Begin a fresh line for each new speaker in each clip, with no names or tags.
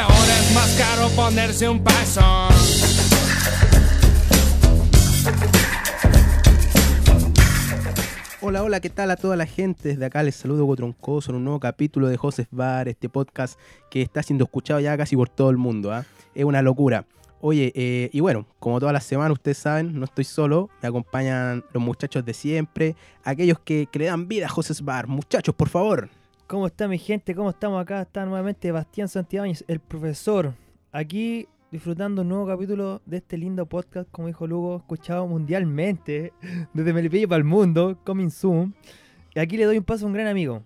Ahora es más caro ponerse un paso.
Hola, hola, ¿qué tal a toda la gente? Desde acá les saludo Cotroncoso en un nuevo capítulo de Joseph Bar, este podcast que está siendo escuchado ya casi por todo el mundo. ¿ah? Es una locura. Oye, eh, y bueno, como todas las semanas ustedes saben, no estoy solo, me acompañan los muchachos de siempre, aquellos que, que le dan vida a Joseph Bar. Muchachos, por favor.
¿Cómo está mi gente? ¿Cómo estamos acá? Está nuevamente Bastián Santiáñez, el profesor, aquí disfrutando un nuevo capítulo de este lindo podcast, como dijo Lugo, escuchado mundialmente, desde Melipilla para el mundo, coming soon. Y aquí le doy un paso a un gran amigo.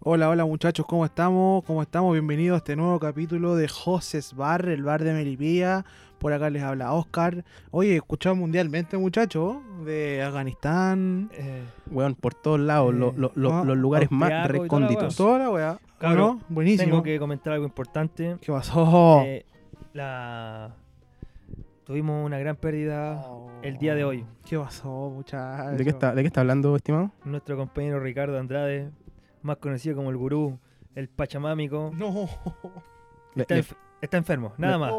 Hola, hola muchachos, ¿cómo estamos? ¿Cómo estamos? Bienvenidos a este nuevo capítulo de José's Bar, el bar de Melipilla. Por acá les habla Oscar. Oye, escuchado mundialmente muchachos, de Afganistán,
Eh,
Weón, por todos lados, lo- lo- lo-
Ah,
los lugares más
austriaco y toda la
recónditos.
toda la weá. ¿O
Cabrón,
no? Buenísimo.
tengo que comentar algo importante.
¿Qué pasó?
Eh, la... Tuvimos una gran pérdida el día de hoy.
¿Qué pasó muchachos?
¿De qué, está, ¿De qué está hablando, estimado?
Nuestro compañero Ricardo Andrade, más conocido como el gurú, el pachamámico,
No.
Le,
está,
le-
enf- está enfermo, nada más.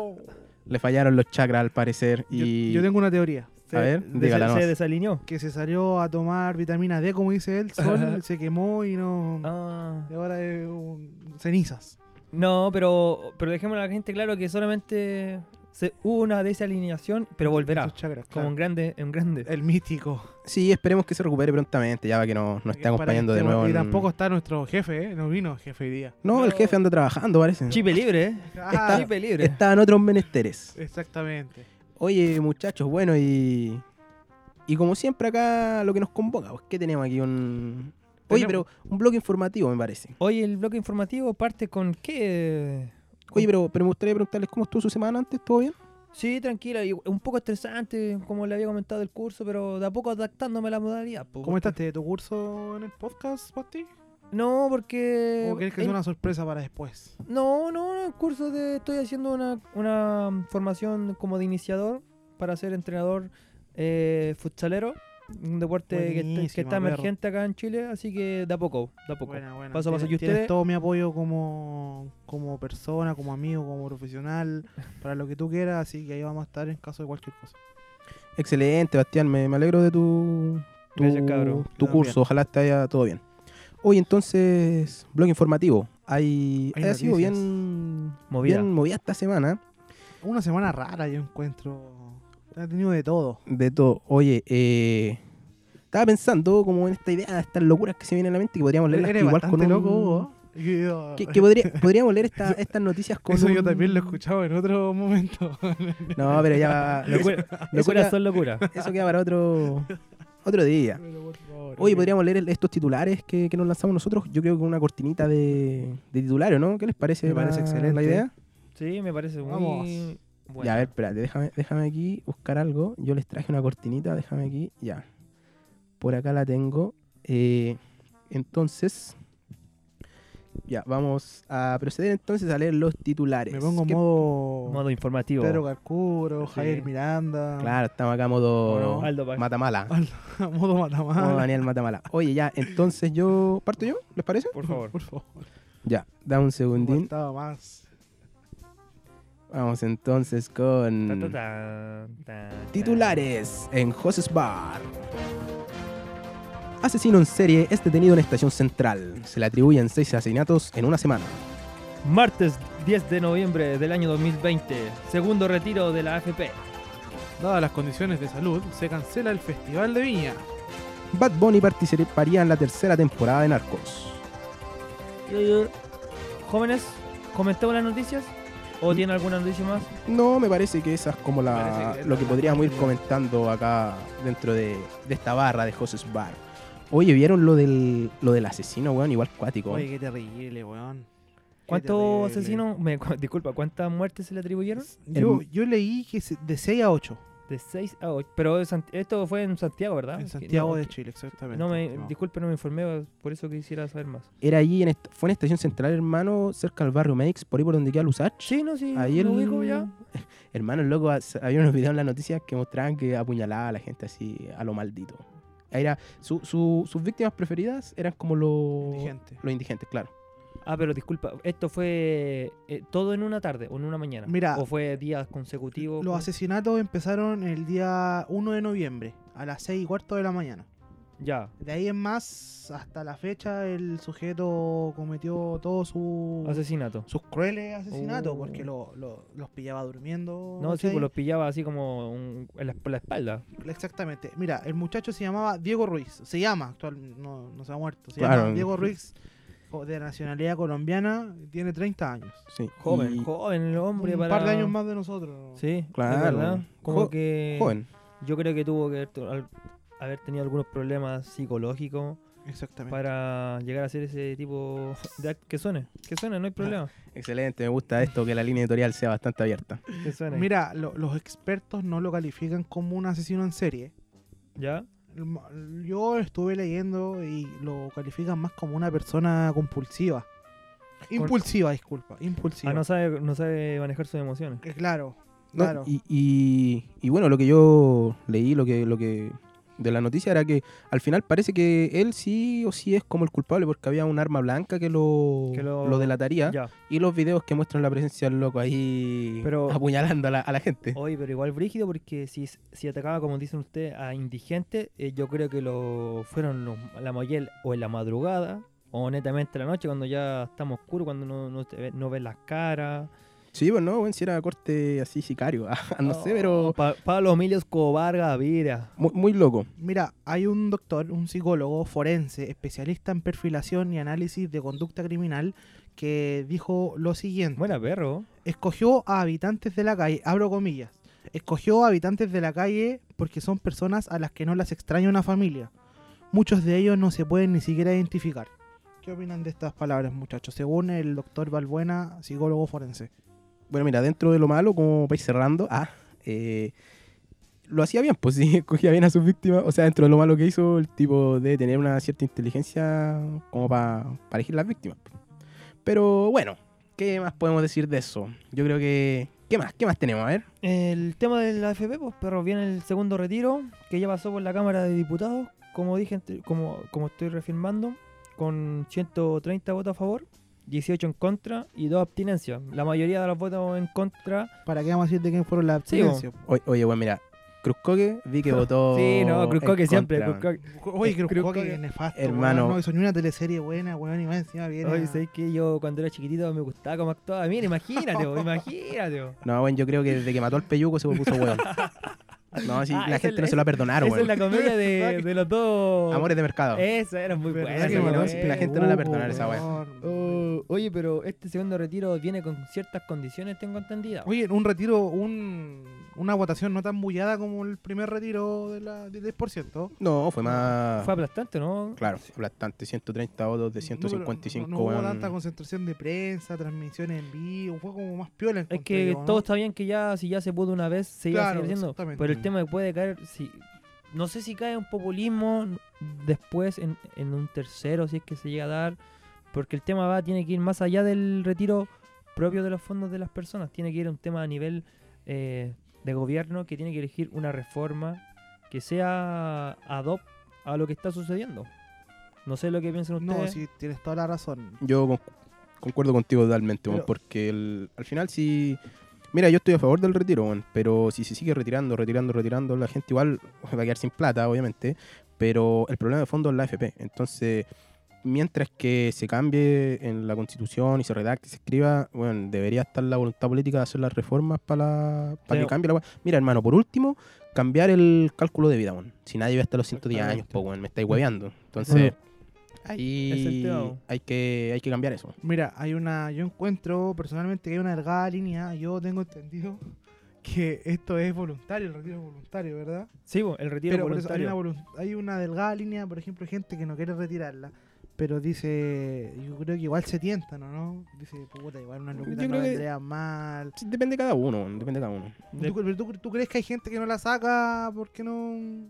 le fallaron los chakras al parecer y...
Yo, yo tengo una teoría.
Se-
A ver,
des-
dígala
se
nomás.
desalineó.
Que se salió a tomar vitamina D, como dice él, sol, se quemó y no...
Ah.
Y ahora es un- cenizas.
No, pero, pero dejémosle a la gente claro que solamente se, hubo una desalineación, pero volverá.
Sus chakras,
Como
claro. Eh,
un grande, un grande.
El místico.
Sí, esperemos que se recupere prontamente, ya va que no, nos está
Para que
acompañando de
estemos-
nuevo.
Y
en-
tampoco está nuestro jefe, ¿eh? No vino jefe hoy día.
No, el
No.
jefe anda trabajando, parece.
Chipe libre, ¿eh?
Ah,
Está-
Chipe libre.
Está en otros menesteres.
Exactamente.
Oye, muchachos, bueno, y. Y como siempre, acá lo que nos convoca, pues, ¿qué tenemos aquí? Un. Oye, pero
Tenemos-
un blog informativo, me parece.
Hoy el bloque informativo parte con qué.
Oye, pero, pero me gustaría preguntarles cómo estuvo su semana antes, ¿todo bien?
Sí, tranquila, y un poco estresante, como le había comentado el curso, pero de a poco adaptándome a la modalidad. po.
¿Cómo estás de tu curso en el podcast, Pati?
No, porque.
Eh,
¿O crees que es
en-
una sorpresa para después?
No, no, no, el curso de. Estoy haciendo una, una formación como de iniciador para ser entrenador eh, futsalero. Un deporte que, está- que
Buenísima,
está
perro.
emergente acá en Chile, así que da poco, da poco.
Buena, buena.
Paso a paso.
Tienes-
¿Y ustedes?
Tienes todo mi apoyo como, como persona, como amigo, como profesional, para lo que tú quieras, así que ahí vamos a estar en caso de cualquier cosa.
Excelente, Bastián, me, me alegro de tu. tu,
Gracias, cabro.
tu
Yo
curso, ojalá te haya todo bien. Oye, entonces, blog informativo. Hay,
Hay
ha sido
noticias.
bien
Movida.
bien movida esta semana.
Una semana rara yo encuentro. Ha tenido de todo.
De todo. Oye, eh, estaba pensando como en esta idea, estas locuras que se vienen a la mente que podríamos leerlas
Eres
igual con
bastante
un...
loco, Hugo. Yo-
Que, que podría- podríamos leer esta- estas noticias con
Eso yo
un-
también lo he escuchado en otro momento.
No, pero ya... eso, eso
Locura, locura
queda,
son locura.
eso queda para otro, otro día.
Pero por favor,
Oye,
ok.
podríamos leer el- estos titulares que, que nos lanzamos nosotros. Yo creo que una cortinita de, de titulares, ¿no? ¿Qué les parece?
Me
la-
parece
La
excelente.
idea.
Sí, me parece muy.
Vamos.
bueno.
Ya, a ver, espérate, déjame, déjame aquí buscar algo. Yo les traje una cortinita, déjame aquí, ya. Por acá la tengo. Eh, entonces, ya, vamos a proceder entonces a leer los titulares.
Me pongo
¿Qué-
modo,
Modo informativo.
Pedro Carcuro,
Sí.
Javier Miranda.
Claro, estamos acá modo
¿O
Aldo Pax.
Matamala.
modo
Modo
Matamala.
Daniel Matamala. Oye, ya, entonces yo... ¿Parto yo? ¿Les parece?
Por favor.
Por favor.
Ya, da un segundín.
Faltaba más.
Vamos entonces con...
Ta, ta, ta, ta, ta.
Titulares en Jose's Bar. Asesino en serie es detenido en estación central. Se le atribuyen seis asesinatos en una semana.
Martes 10 de noviembre del año 2020. Segundo retiro de la AFP.
Dadas las condiciones de salud, se cancela el Festival de Viña.
Bad Bunny participaría en la tercera temporada de Narcos.
Jóvenes, ¿comentamos las noticias? ¿O tienen alguna noticia más?
No, me parece que esa es como la,
Parece que
lo que
la-
podríamos ir comentando acá dentro de, de esta barra de Jose's Bar. Oye, ¿vieron lo del, lo del asesino, weón? Igual cuático.
Oye, qué terrible, weón. Qué
¿Cuántos
terrible.
asesinos? me- cu- disculpa, ¿cuántas muertes se le atribuyeron?
Yo, yo leí que se- de 6 a 8
De 6 a 8. Pero es Sant- esto fue en Santiago, ¿verdad?
en
Que-
Santiago
no,
de
que-
Chile, exactamente.
No me,
estimado.
disculpe, no me informé, por eso quisiera saber más.
Era allí, en est- fue en estación central, hermano, cerca del barrio Meix, por ahí por donde queda Lusach.
Sí, no, sí,
Ahí
lo
el-
ubico ya.
Hermano, loco, as- había unos videos en las noticias que mostraban que apuñalaba a la gente así a lo maldito. Era, su- su- sus víctimas preferidas eran como los
Indigente.
los indigentes, claro.
Ah, pero disculpa, esto fue eh, todo en una tarde o en una mañana.
Mira,
o fue días consecutivos.
Los
con-
asesinatos empezaron el día 1 de noviembre, a las 6 y cuarto de la mañana.
Ya.
De ahí en más, hasta la fecha, el sujeto cometió todos su-
Asesinato.
sus crueles asesinatos,
Oh.
porque lo- lo- los pillaba durmiendo.
No, sí,
¿cachai?
pues los pillaba así como un- en la, por la espalda.
Exactamente. Mira, el muchacho se llamaba Diego Ruiz. Se llama, actual, no, no se ha muerto. Se
Claro.
llama Diego Ruiz, jo- de nacionalidad colombiana, tiene 30 años.
Sí.
Joven,
Y-
joven el hombre.
Un
para...
par de años más de nosotros.
Sí,
Claro.
claro. Como
Jo-
que.
Joven.
Yo creo que tuvo que haber, to- al- haber tenido algunos problemas psicológicos
Exactamente.
para llegar a hacer ese tipo de act- Que suene, que suene, no hay problema.
Excelente, me gusta esto, que la línea editorial sea bastante abierta.
Que suene.
Mira, lo- los expertos no lo califican como un asesino en serie.
¿Ya?
Yo estuve leyendo y lo califican más como una persona compulsiva. Impulsiva, disculpa. Impulsiva.
Ah, no sabe, no sabe manejar sus emociones.
Eh, Claro,
No,
claro.
Y, y- y bueno, lo que yo leí, lo que, lo que de la noticia era que al final parece que él sí o sí es como el culpable porque había un arma blanca que lo,
Que
lo,
lo-
delataría
Ya.
y los videos que muestran la presencia del loco ahí
Pero- Oh.
apuñalando a la, a la gente.
Oye, pero igual brígido porque si, si atacaba, como dicen ustedes, a indigentes, eh, yo creo que lo fueron los- la mollel o en la madrugada o netamente la noche cuando ya estamos oscuro, cuando no, no, te ve- no ves las caras.
Sí, pues no, bueno, si era corte así sicario, Ah, no
Oh.
sé, pero
Pa- Pablo Emilio Escobar Gavira.
muy, muy loco.
Mira, hay un doctor, un psicólogo forense, especialista en perfilación y análisis de conducta criminal, que dijo lo siguiente.
Buena perro.
escogió a habitantes de la calle, abro comillas, escogió a habitantes de la calle porque son personas a las que no las extraña una familia. Muchos de ellos no se pueden ni siquiera identificar. ¿Qué opinan de estas palabras, muchachos? Según el doctor Balbuena, psicólogo forense.
Bueno, mira, dentro de lo malo, como vais cerrando, ah, eh, lo hacía bien, pues sí, escogía bien a sus víctimas. O sea, dentro de lo malo que hizo, el tipo debe tener una cierta inteligencia como para elegir las víctimas. pues. Pero bueno, ¿qué más podemos decir de eso? Yo creo que. ¿Qué más? ¿Qué más tenemos? A ver.
El tema de la AFP, pues perro, viene el segundo retiro que ya pasó por la Cámara de Diputados, como dije, entre- como, como estoy reafirmando, con 130 votos a favor, 18 en contra y dos abstinencias. La mayoría de los votos en contra.
¿Para qué vamos a decir de quién fueron las
Sí, bo.
abstinencias?
O- oye, bueno, mira, Cruzcoque vi que votó.
sí, no, Cruzcoque
Oh, en
siempre.
contra.
Cruzcoque.
Oye,
Cruz
creo
Coque.
que es nefasto.
Hermano.
weón. No hizo ni una teleserie buena, weón, y más encima viene.
Oye,
a-
¿sabes que yo cuando era chiquitito me gustaba como actuaba? Mira, imagínate, bo, imagínate. bo.
No, bueno, yo creo que desde que mató al peyuco se puso hueón. No, sí,
Ah,
la gente
esa es
no
la-
se lo va a perdonar,
Esa es la Eh,
weón.
comedia de, de los dos.
Amores de mercado.
Esa era muy
¿Verdad
buena.
que
esa
bueno,
mató?
era
la gente no la
Uh,
perdona esa weá.
weón.
Oh, oye, pero este segundo retiro viene con ciertas condiciones, tengo entendido.
Oh, Oye, un retiro, un, una votación no tan bullada como el primer retiro de la, del 10%.
No, fue más.
Fue aplastante, ¿no?
Claro, aplastante, 130 votos de
No,
155,
No, no hubo
weón.
tanta concentración de prensa, transmisiones en vivo, fue como más piola.
Es
encontré
que
yo, ¿no?
todo está bien que ya, si ya se pudo una vez, se iba a
Claro,
seguir haciendo.
exactamente.
Pero el tema que puede caer, si, no sé si cae un populismo después en, en un tercero, si es que se llega a dar, porque el tema va, tiene que ir más allá del retiro propio de los fondos de las personas, tiene que ir a un tema a nivel eh, de gobierno que tiene que elegir una reforma que sea ad hoc a lo que está sucediendo. No sé lo que piensan ustedes.
No, sí, tienes toda la razón.
Yo con- concuerdo contigo totalmente, weón,
Pero-
porque el- al final si... Mira, yo estoy a favor del retiro, weón, pero si se sigue retirando, retirando, retirando, la gente igual va a quedar sin plata, obviamente, pero el problema de fondo es la AFP. Entonces, mientras que se cambie en la constitución y se redacte y se escriba, bueno, debería estar la voluntad política de hacer las reformas para, para que
Pero-
cambie la... weá. Mira, hermano, por último, cambiar el cálculo de vida, weón. Si nadie ve hasta los 110 años,
Exactamente.
pues, me estáis hueveando. Entonces...
Es el
Ahí
tema.
hay que, hay que cambiar eso.
Mira, hay una, yo encuentro personalmente que hay una delgada línea, yo tengo entendido que esto es voluntario, el retiro es voluntario, ¿verdad?
Sí, bo, el retiro
Pero por eso hay,
voluntario.
una volun- hay una delgada línea, por ejemplo, gente que no quiere retirarla, pero dice, yo creo que igual se tientan, ¿o no? Dice, puta, igual una
Yo
locura no
creo que-
vendría mal.
Sí, depende de cada uno, depende de cada uno.
¿Tú, pero tú- tú crees que hay gente que no la saca porque no...?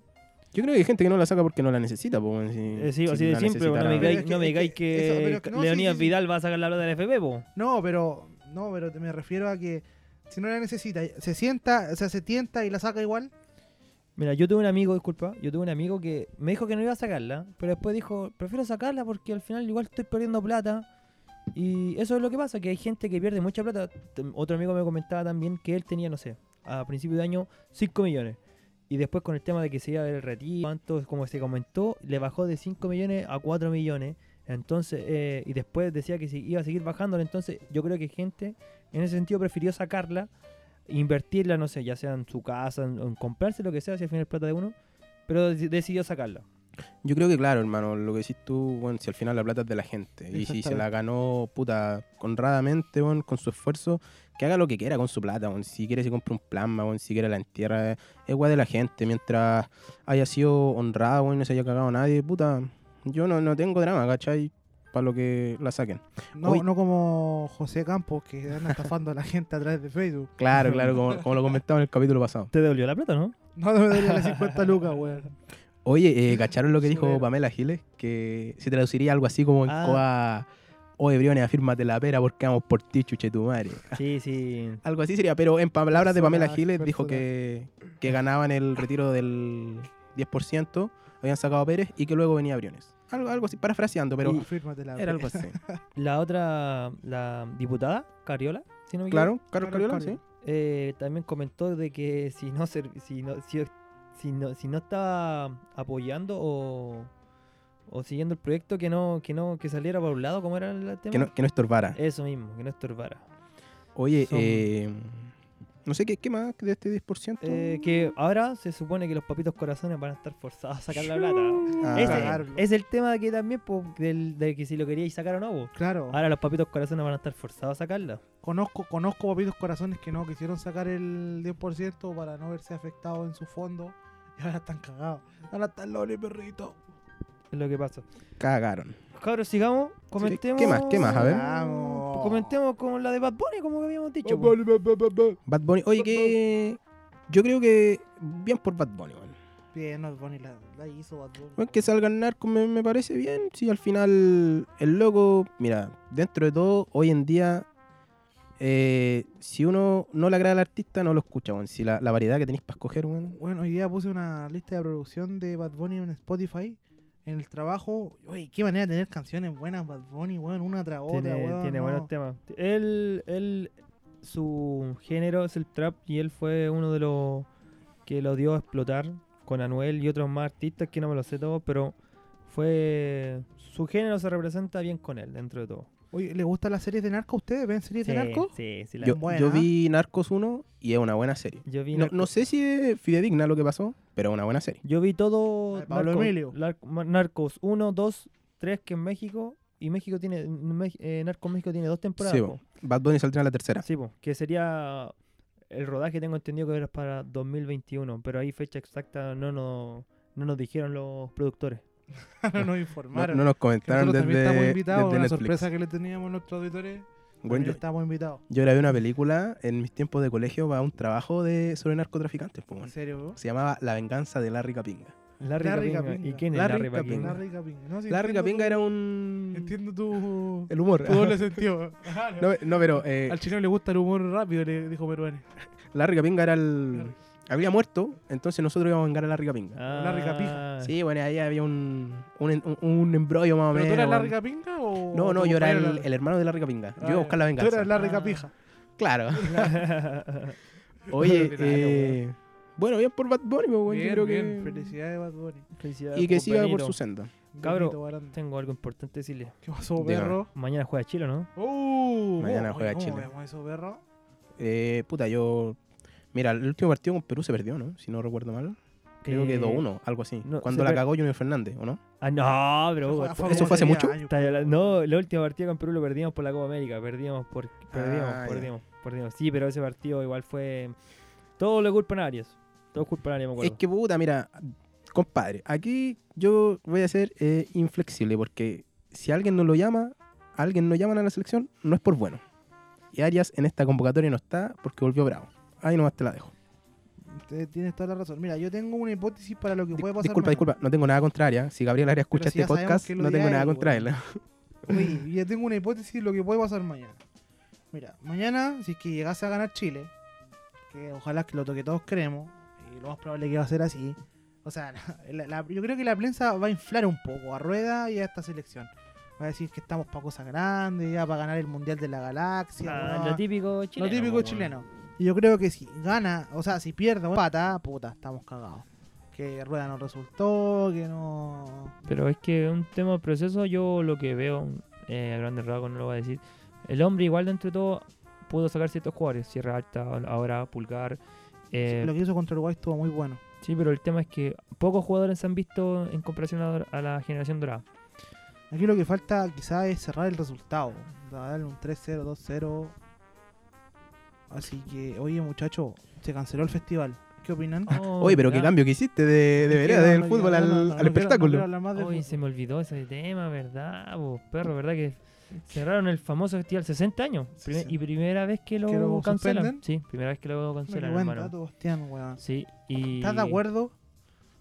Yo creo que hay gente que no la saca porque no la necesita, po, weón, si-
Eh, sí,
si
así de
la
simple,
necesitara-
no me
Pero
digáis
es
no
que-
me
es que
digáis que,
eso, pero es que no, sí,
Leonidas
sí, sí.
Vidal va a sacar la plata del FP, po.
No, pero no, pero te- me refiero a que si no la necesita, se sienta, o sea, se tienta y la saca igual.
Mira, yo tuve un amigo, disculpa, yo tuve un amigo que me dijo que no iba a sacarla, pero después dijo, prefiero sacarla porque al final igual estoy perdiendo plata Y eso es lo que pasa, que hay gente que pierde mucha plata. Tem- Otro amigo me comentaba también que él tenía, no sé, a principio de año 5 millones. Y después con el tema de que se iba a ver el retiro, cuánto, como se comentó, le bajó de 5 millones a 4 millones. Entonces, eh, y después decía que si iba a seguir bajando. Entonces, yo creo que gente en ese sentido prefirió sacarla, invertirla, no sé, ya sea en su casa, en, en comprarse lo que sea, si al final es plata de uno. Pero dec- decidió sacarla.
Yo creo que claro, hermano, lo que decís tú, bueno, si al final la plata es de la gente y si se la
Exactamente.
ganó, puta, honradamente, bueno, con su esfuerzo, que haga lo que quiera con su plata, bueno, si quiere se compra un plasma, bueno, si quiere la entierra, eh, es weá de la gente, mientras haya sido honrada, bueno, no se haya cagado a nadie, puta, yo no, no tengo drama, ¿cachai? Para lo que la saquen.
No,
Hoy-
no como José Campos, que anda estafando a la gente a través de Facebook.
Claro, claro, como, como lo comentaba en el capítulo pasado.
¿Te devolvió la plata, no?
No me daría las 50 lucas, weón.
Oye, eh,
Mm,
¿cacharon lo que dijo
Severo.
Pamela Giles? Que se traduciría algo así como en
Ah.
coa, oye, Briones, afírmate la pera porque vamos por ti, chuche tu madre.
Sí, sí.
Algo así sería, pero en palabras de Pamela
Personas,
Giles dijo que, que ganaban el retiro del 10%, habían sacado a Pérez y que luego venía Briones. Algo, algo así, parafraseando, pero
Y- Fírmate la
era algo así.
La otra, la diputada, Cariola, si no me
claro,
equivoco,
Carlos
Carlos
Cariola, sí.
Cariola.
eh, también comentó de que si no, ser- si no, si, si no, si no estaba apoyando o, o siguiendo el proyecto, que no, que no, que saliera para un lado, como era el tema.
Que no, que no estorbara.
Eso mismo, que no estorbara.
Oye,
Eh, son-
eh, no sé qué, qué más de este 10%.
Eh, que ahora se supone que los papitos corazones van a estar forzados a sacar la plata.
Ah,
Ese
Sacarlo.
es el tema que también, po, del, de que si lo queríais sacar o no, po.
Claro,
Ahora los papitos corazones van a estar forzados a sacarla.
conozco, conozco papitos corazones que no quisieron sacar el 10% para no verse afectados en su fondo. Y ahora están cagados. Ahora están los perrito.
Es lo que pasa.
Cagaron.
Cabros, sigamos, comentemos.
¿Qué más? ¿Qué más? A ver.
Vamos.
Comentemos con la de Bad Bunny, como habíamos dicho. po.
Bad Bunny. Oye, que yo creo que bien por Bad Bunny, weón.
Bien, Bad Bunny la, la hizo Bad Bunny.
Bueno, que salgan narcos me, me parece bien. Si al final el loco, mira, dentro de todo, hoy en día, eh, si uno no le agrada al artista, no lo escucha, weón. Si la, la variedad que tenéis para escoger, weón.
Bueno, hoy día puse una lista de producción de Bad Bunny en Spotify. En el trabajo, uy, qué manera de tener canciones buenas, Bad Bunny, weón, una tras otra,
tiene
weón,
tiene
no.
buenos temas. Él, él, su género es el trap y él fue uno de los que lo dio a explotar con Anuel y otros más artistas que no me lo sé todo, pero fue su género se representa bien con él dentro de todo.
Oye, ¿le gustan las series de narco a ustedes? ¿Ven series de narco?
Sí, sí, la-
Yo,
buena.
yo vi Narcos 1 y es una buena serie.
yo vi
No,
Narco-
no sé si es fidedigna lo que pasó, pero es una buena serie.
Yo vi todo
La de Pablo
Narcos-
Emilio.
Lar- Mar- Narcos 1, 2, 3 que en México y México tiene Mex- eh, Narcos México tiene dos temporadas.
Sí,
po.
po. Bad Bunny saldrá en la tercera.
Sí, po, que sería el rodaje, tengo entendido que era para 2021, pero ahí fecha exacta no nos, no nos dijeron los productores.
Ah, no nos
No,
informaron.
no nos comentaron
Nosotros
desde,
también estamos invitados,
desde
una
Netflix.
sorpresa que le teníamos a nuestros auditores.
Weón,
También
yo,
estamos invitados.
yo grabé una película en mis tiempos de colegio para un trabajo de, sobre narcotraficantes. po,
En
weón.
serio, weón.
Se llamaba La venganza de Larry Capinga.
Larry, Capinga. ¿Y quién es
Larry
Larry,
Capinga.
Capinga?
Larry Capinga. No, sí,
Larry
entiendo
Capinga
tu-
era un...
Entiendo tu...
El humor.
Tu doble sentido.
No, no, pero eh,
Al chileno le gusta el humor rápido, le dijo Peruane.
Larry Capinga era el... Había muerto, entonces nosotros íbamos a vengar a Larry Capinga.
Ah,
Larry Capinga.
Sí, bueno, ahí había un, un, un, un embrollo más o
¿Pero
menos.
tú eras Larry
bueno.
Capinga o...?
No,
o
no,
tu
yo era
compañero
el, el hermano de Larry Capinga. Yo
Ah,
iba a buscar la
Tú
venganza.
eras Larry
Ah.
Capija.
Claro. Oye,
Ordinario,
eh, bueno, bien por Bad Bunny, pues, bueno, yo
Bien,
creo que...
bien. Felicidades, Bad Bunny.
Felicidades,
Y que
pues,
siga por
Benito.
su senda.
Cabro.
Benito Baranda.
Tengo algo importante que decirle.
¿Qué pasó,
Dígame.
perro?
Mañana juega Chile, ¿no?
¡Uh!
Mañana juega
¿cómo
Chile.
vemos eso, perro?
Eh, puta, yo... Mira, el último partido con Perú se perdió, ¿no? Si no recuerdo mal. Creo
Eh,
que 2-1, algo así.
no,
Cuando
se
la
per-
cagó Junior Fernández, ¿o no?
Ah, no, pero Hugo,
fue eso
como
fue hace
tenía
mucho.
años,
está-
perro.
no, la última partida con Perú lo perdimos por la Copa América. Perdíamos, por, perdíamos,
Ah, ya.
perdimos, perdimos. Sí, pero ese partido igual fue. Todo lo culpa a Arias. Todo culpa a Arias, me acuerdo.
Es que puta, mira, compadre, aquí yo voy a ser eh, inflexible porque si alguien no lo llama, a alguien no llaman a la selección, no es por bueno. Y Arias en esta convocatoria no está porque volvió bravo. Ahí nomás te la dejo.
Te- Tienes toda la razón. Mira, yo tengo una hipótesis para lo que
Di-
puede pasar.
disculpa, disculpa, no tengo nada contra Arias. Si Gabriel Arias escucha
Pero si
este
ya sabemos
podcast,
que lo
no tengo
odia
nada
él,
contra
weón.
él. ¿eh?
disculpa. Oye, yo tengo una hipótesis de lo que puede pasar mañana. Mira, mañana, si es que llegase a ganar Chile, que ojalá que lo que todos creemos, y lo más probable que va a ser así. O sea, la- la- yo creo que la prensa va a inflar un poco a Rueda y a esta selección. Va a decir que estamos para cosas grandes, ya para ganar el Mundial de la Galaxia.
Ah,
weón.
lo típico chileno.
Lo típico
weón.
chileno. Y yo creo que si gana, o sea, si pierde una pata, puta, estamos cagados. Que Rueda no resultó, que no.
Pero es que un tema de proceso, yo lo que veo, eh, a grandes rasgos no lo voy a decir. El hombre, igual dentro de todo, pudo sacar ciertos jugadores. Sierra Alta, ahora Pulgar. eh,
Lo que hizo contra Uruguay estuvo muy bueno.
sí, pero el tema es que pocos jugadores se han visto en comparación a, a la generación dorada.
Aquí lo que falta quizás es cerrar el resultado. Darle un 3-0, 2-0. Así que, oye muchacho, se canceló el festival. ¿Qué opinan?
Oye, pero qué
¿verdad?
cambio que hiciste de, de
Es que
vereda,
no,
del
no,
fútbol
no,
al,
no,
al
no, no quiero- no quiero
espectáculo.
hablar más del
Oye,
fútbol.
se me olvidó ese tema, ¿verdad? vos, perro, ¿verdad? Que cerraron el famoso festival 60 años. Primer-
sí.
Y primera vez que lo,
¿Que lo
cancelan.
suspenden?
Sí, primera vez que lo
Qué
cancelan,
buen
hermano.
dato, Bastián, weón.
Sí, y...
¿Estás de acuerdo?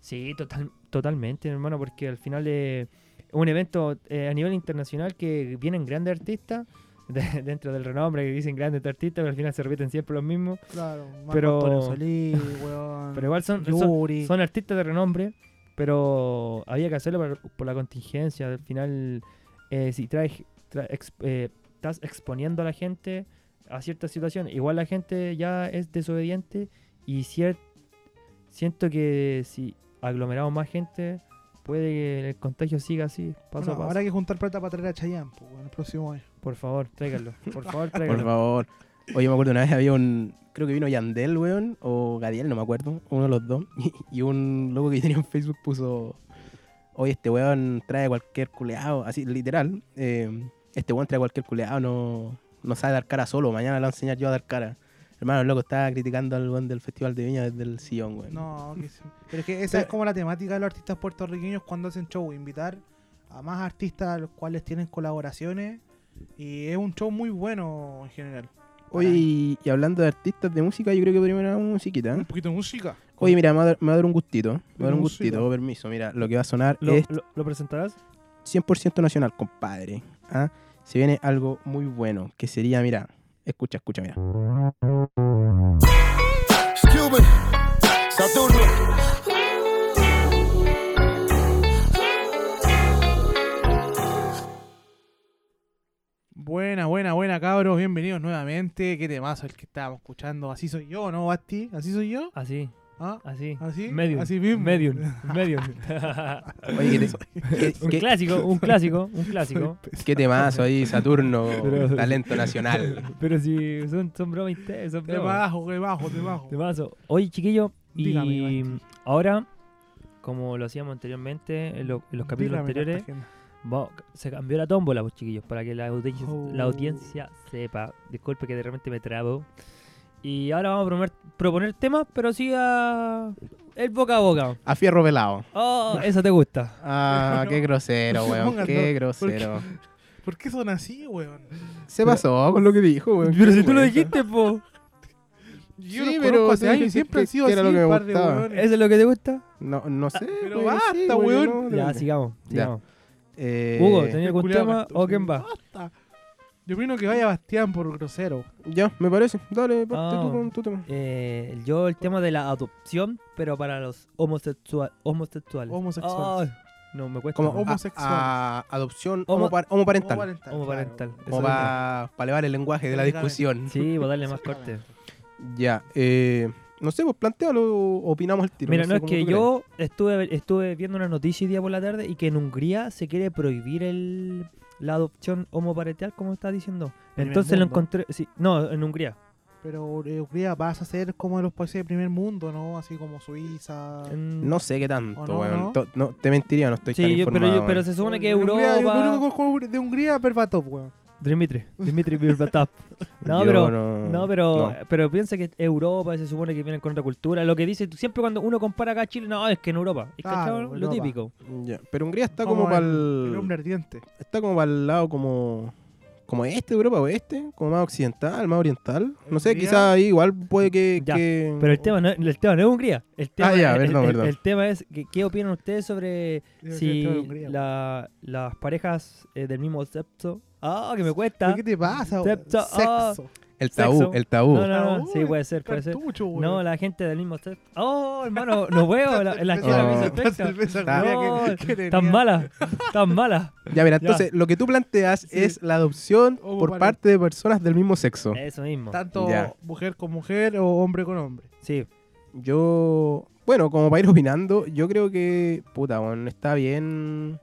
Sí, total, totalmente, hermano, porque al final es un evento eh, a nivel internacional que vienen grandes artistas, de- dentro del renombre que dicen grandes artistas, pero al final se repiten siempre los mismos.
Claro, Marco
Pero-
Antonio Solís, weón.
Pero igual son, son,
Yuri.
son artistas de renombre, pero había que hacerlo por, por la contingencia. Al final, eh, si traes, tra- ex- eh, estás exponiendo a la gente a ciertas situaciones, igual la gente ya es desobediente y cier- siento que si aglomeramos más gente, puede que el contagio siga así, paso
Bueno,
a paso.
Ahora hay que juntar plata para traer a Chayanne, pues, weón, el próximo año.
Por favor, tráiganlo. Por
Por
favor, tráiganlo.
favor. Oye, me acuerdo una vez había un. Creo que vino Yandel, weón, o Gadiel, no me acuerdo. Uno de los dos. Y un loco que yo tenía en Facebook puso. Oye, este weón trae cualquier culeado. Así, literal. eh, este weón trae cualquier culeado, no, no sabe dar cara solo. Mañana le voy a enseñar yo a dar cara. Hermano, el loco estaba criticando al weón del Festival de Viña desde el sillón, weón.
No, que sí. pero es que esa es como la temática de los artistas puertorriqueños cuando hacen show, invitar a más artistas a los cuales tienen colaboraciones y es un show muy bueno en general.
Oye, y, y hablando de artistas de música, yo creo que primero una musiquita. ¿eh?
poquito de música.
Oye, mira, me va, a dar, me va a dar un gustito. Me va a dar un
Música.
gustito, permiso. Mira, lo que va a sonar
¿Lo,
es
lo- lo presentarás?
100% nacional, compadre. ¿ah? Se viene algo muy bueno, que sería, mira, escucha, escucha, mira.
Cuban, Saturno.
Buena, buena, buena, cabros, bienvenidos nuevamente. Qué temazo el que estábamos escuchando. Así soy yo, ¿no, Basti? ¿Así soy yo?
Así,
¿Ah?
así.
¿Así?
Medium.
Así mismo.
Medium. Medium.
Oye, qué, te,
un
qué-
clásico, un clásico, un clásico.
qué temazo ahí, Saturno,
Pero-
talento nacional.
Pero si son, son bromas internas, son
Te
bromas.
bajo, te bajo, te bajo.
Te paso. Oye, chiquillo, y
Dígame,
ahora, como lo hacíamos anteriormente, en, lo- en los capítulos
Dígame,
anteriores,
Cartagena.
vamos- se cambió la tómbola, pues, chiquillos, para que la audiencia,
Oh.
la audiencia sepa. Disculpe que de repente me trabo. Y ahora vamos a promover- proponer temas, pero sí a... El boca a boca.
A fierro pelado.
Oh, eso te gusta.
Ah, qué grosero,
No se
weón,
pongan,
qué
no,
grosero.
¿Por qué son así, weón?
Se pasó con lo que dijo, weón.
Pero
qué
si tú lo
vergüenza.
dijiste, po.
Sí,
Yo los
pero
conozco
tú
hace años y
dijiste
siempre han sido
que
así
era lo que
un
me
par de
gustaba.
weones.
¿Eso es lo que te gusta?
No, no sé.
pero
weón, sí,
basta,
weón,
weón.
no, de
Ya,
dónde.
sigamos.
Ya.
sigamos.
Eh,
Hugo, ¿tenía
El
algún
culiao
tema
gasto,
o quién va?
basta. Yo opino que vaya Bastián por grosero.
Ya, me parece. Dale, parte
Ah.
tú con tu tema.
Eh, yo el tema de la adopción, pero para los homosexua- homosexuales.
Homosexuales.
Ay, no, me cuesta.
Como
¿no?
homo- homosexual.
Ah, a- a- adopción
Homo-
homopar- homoparental.
Homoparental,
Homoparental.
claro.
Como
Eso
para elevar el lenguaje de la
Técnicamente.
discusión.
Sí, voy a darle más corte.
Ya, eh, no sé, pues plantealo o opinamos el tiro.
Mira,
sé
no es
cómo
que
tú
yo estuve, estuve viendo una noticia hoy día por la tarde y que en Hungría se quiere prohibir el, la adopción homoparental, como está diciendo.
Primer
Entonces lo
mundo.
encontré. Sí, no, en Hungría.
Pero eh, Hungría vas a ser como los países de primer mundo, ¿no? Así como Suiza.
crees.
En-
No sé qué tanto,
¿O no,
weón.
no?
To- no, te mentiría, no estoy tan
sí, yo-
informado. eh.
pero, yo-
weón.
pero se supone que
En Hungría,
Europa.
yo lo único que conozco de Hungría es Berbatov, weón.
Dimitri, Dimitri Berbatov. No,
Yo
pero.
no,
No, pero, eh,
no.
pero piensa que Europa se supone que vienen con otra cultura. Lo que dice tú- siempre cuando uno compara acá a Chile, no, es que en Europa. Es
Claro,
cachado? lo
Europa.
típico.
Ya, pero Hungría está como,
Como
para
El hombre
el.
ardiente.
Está como para el lado como. Como este, Europa oeste, como más occidental, más oriental. No sé,
Hungría.
quizás ahí igual puede que.
Ya,
que-
Pero el tema no, el tema no es Hungría. El tema,
Mm. Ah, ya,
el-
perdón,
el-
perdón.
el tema es que- qué opinan ustedes sobre
Yo
si
creo que es Hungría,
la- las parejas eh, del mismo sexo. Ah, que me
weón.
cuesta.
¿Qué te pasa?
Sexo,
weón? Sexo.
El tabú,
Sexo.
el tabú.
No, no, no,
Uy,
sí, puede ser, puede ser.
cartucho, güey.
No, la gente del mismo sexo. ¡Oh, hermano! ¡No veo! La, la,
Esa-
Oh.
la
esa cerveza
Está-
culia que-
No,
que tenía.
¡Tan mala! ¡Tan mala!
Ya, mira,
Ya.
entonces lo que tú planteas es la adopción
Ojo,
por
vale.
parte de personas del mismo sexo.
Eso mismo.
Tanto
Ya.
mujer con mujer o hombre con hombre.
Sí.
Yo, bueno, como para ir opinando, yo creo que, puta, weón, está bien.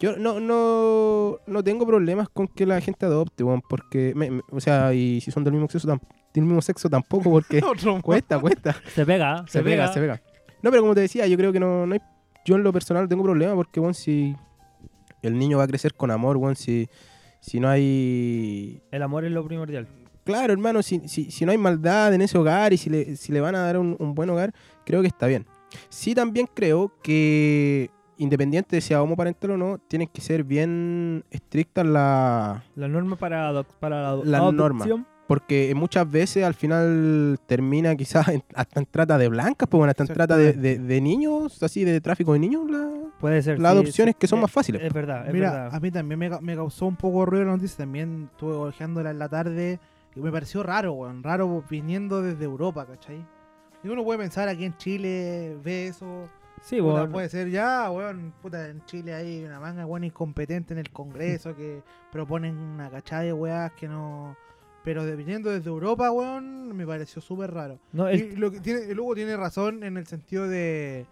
Yo no, no, no tengo problemas con que la gente adopte, weón, porque, me- me- o sea, y si son del mismo sexo, tam- del mismo sexo tampoco, porque
Otro más.
cuesta, cuesta.
Se pega,
Se, pega, se pega. No, pero como te decía, yo creo que no, no hay. Yo en lo personal no tengo problema porque, bueno, si el niño va a crecer con amor, bueno, si, si no hay.
El amor es lo primordial.
Claro, hermano, si, si, si no hay maldad en ese hogar y si le, si le van a dar un, un buen hogar, creo que está bien. Sí, también creo que, independiente de sea homoparental o no, tienen que ser bien estrictas las.
La norma para, ado- para la ado-
La norma.
adopción.
Porque muchas veces al final termina quizás en- hasta en trata de blancas, pues bueno, hasta en trata de, de- de niños, así de tráfico de niños, la-
Puede ser.
las
sí,
adopciones
sí.
que son
Eh,
más fáciles.
Es verdad, es
Mira,
verdad.
a mí también me, ca- me causó un poco de ruido la noticia. También estuve ojeándola en la tarde y me pareció raro, weón. Raro viniendo desde Europa, ¿cachai? Y uno puede pensar aquí en Chile, ve eso.
Sí,
puta,
bueno.
puede ser ya, weón. Puta, en Chile hay una manga, weón, incompetente en el Congreso que proponen una cachada de weas que no. Pero de- viniendo desde Europa, weón, me pareció súper raro.
No, el-
Y lo que tiene, el Hugo tiene razón en el sentido de,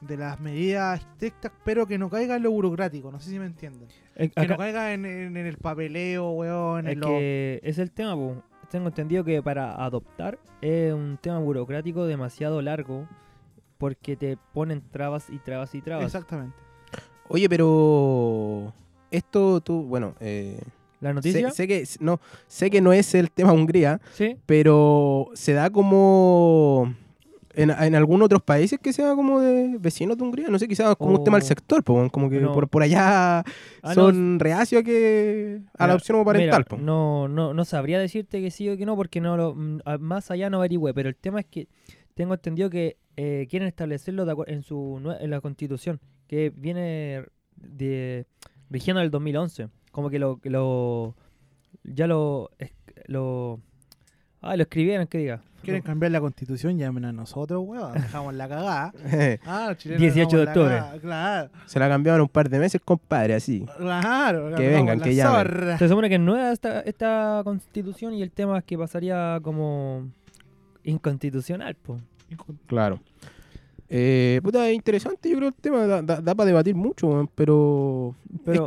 de las medidas estrictas, pero que no caiga en lo burocrático, no sé si me entienden.
el-
Que
acá-
no caiga en, en- en el papeleo, weón,
es
en lo...
que es el tema, po. Tengo entendido que para adoptar es un tema burocrático demasiado largo porque te ponen trabas y trabas y trabas.
Exactamente.
Oye, pero esto tú, bueno, eh,
La noticia,
sé, sé que no, sé que no es el tema Hungría,
sí,
pero se da como en, en algunos otros países que sea como de vecinos de Hungría, no sé, quizás como un tema del
Oh.
sector, pues, bueno, como que
No.
por, por allá
Ah, no,
son reacios a que a la
Mira,
opción homoparental,
Mira,
pues.
no, no, no sabría decirte que sí o que no, porque no lo- mm, a- más allá no averigüe, pero el tema es que tengo entendido que eh, quieren establecerlo de acuer- en, su, nue- en la constitución, que viene de, rigiendo el 2011. Como que lo, que lo ya lo, es- lo, ah, lo escribieron, que diga.
Quieren cambiar la constitución, llamen a nosotros, weón, dejamos la cagada. Ah, los chilenos
18 de
dejamos la cagada.
Se la cambiaron un par de meses, compadre, así.
Claro, claro.
Que
dejamos
vengan,
la
que llamen.
zorra.
Se supone que es nueva esta, esta constitución y el tema es que pasaría como inconstitucional, po.
Claro. Eh, puta, es interesante, yo creo el tema da, para debatir mucho, weón, pero,
Pero-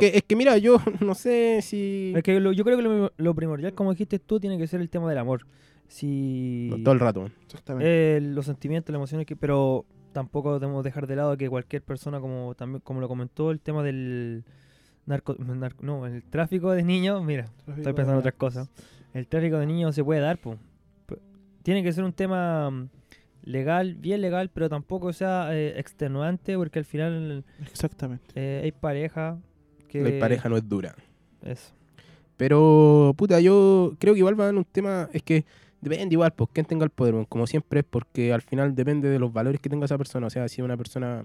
es que es que mira, yo no sé si
Es que lo- yo creo que lo, lo primordial, como dijiste tú, tiene que ser el tema del amor. Si
No, todo el rato. weón.
Exactamente.
eh, los sentimientos, las emociones, que, pero tampoco debemos dejar de lado que cualquier persona, como también como lo comentó, el tema del narco, nar- no, el tráfico de niños, mira, estoy pensando en otras cosas. El tráfico de niños se puede dar, po. P- Tiene que ser un tema mm, legal, bien legal, pero tampoco sea eh, extenuante, porque al final
Exactamente.
eh, hay pareja que
La pareja no es dura.
Eso.
Pero, puta, yo creo que igual va a haber un tema, es que depende igual, pues, quién tenga el poder, weón, como siempre es porque al final depende de los valores que tenga esa persona, o sea, si es una persona,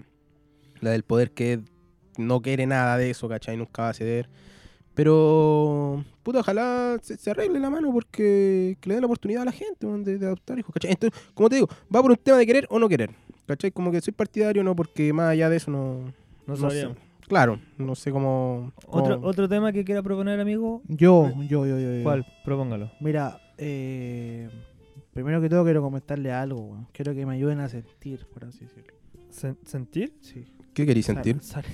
la del poder que no quiere nada de eso, ¿cachai? Nunca va a ceder. Pero, puta, ojalá se, se arregle la mano porque que le den la oportunidad a la gente weón, de, de adoptar hijos, ¿cachai? Entonces, como te digo, va por un tema de querer o no querer, ¿cachai? Como que soy partidario no, porque más allá de eso no...
No
sé.
sabríamos.
Claro, no sé cómo...
Otro,
cómo-
otro tema que quiera proponer, amigo.
Yo, yo, yo, yo. yo.
¿Cuál? Propóngalo.
Mira, eh, primero que todo quiero comentarle algo, weón. Quiero que me ayuden a sentir, por así decirlo.
Sen- ¿Sentir?
Sí.
¿Qué queréis sentir?
Sal- sal-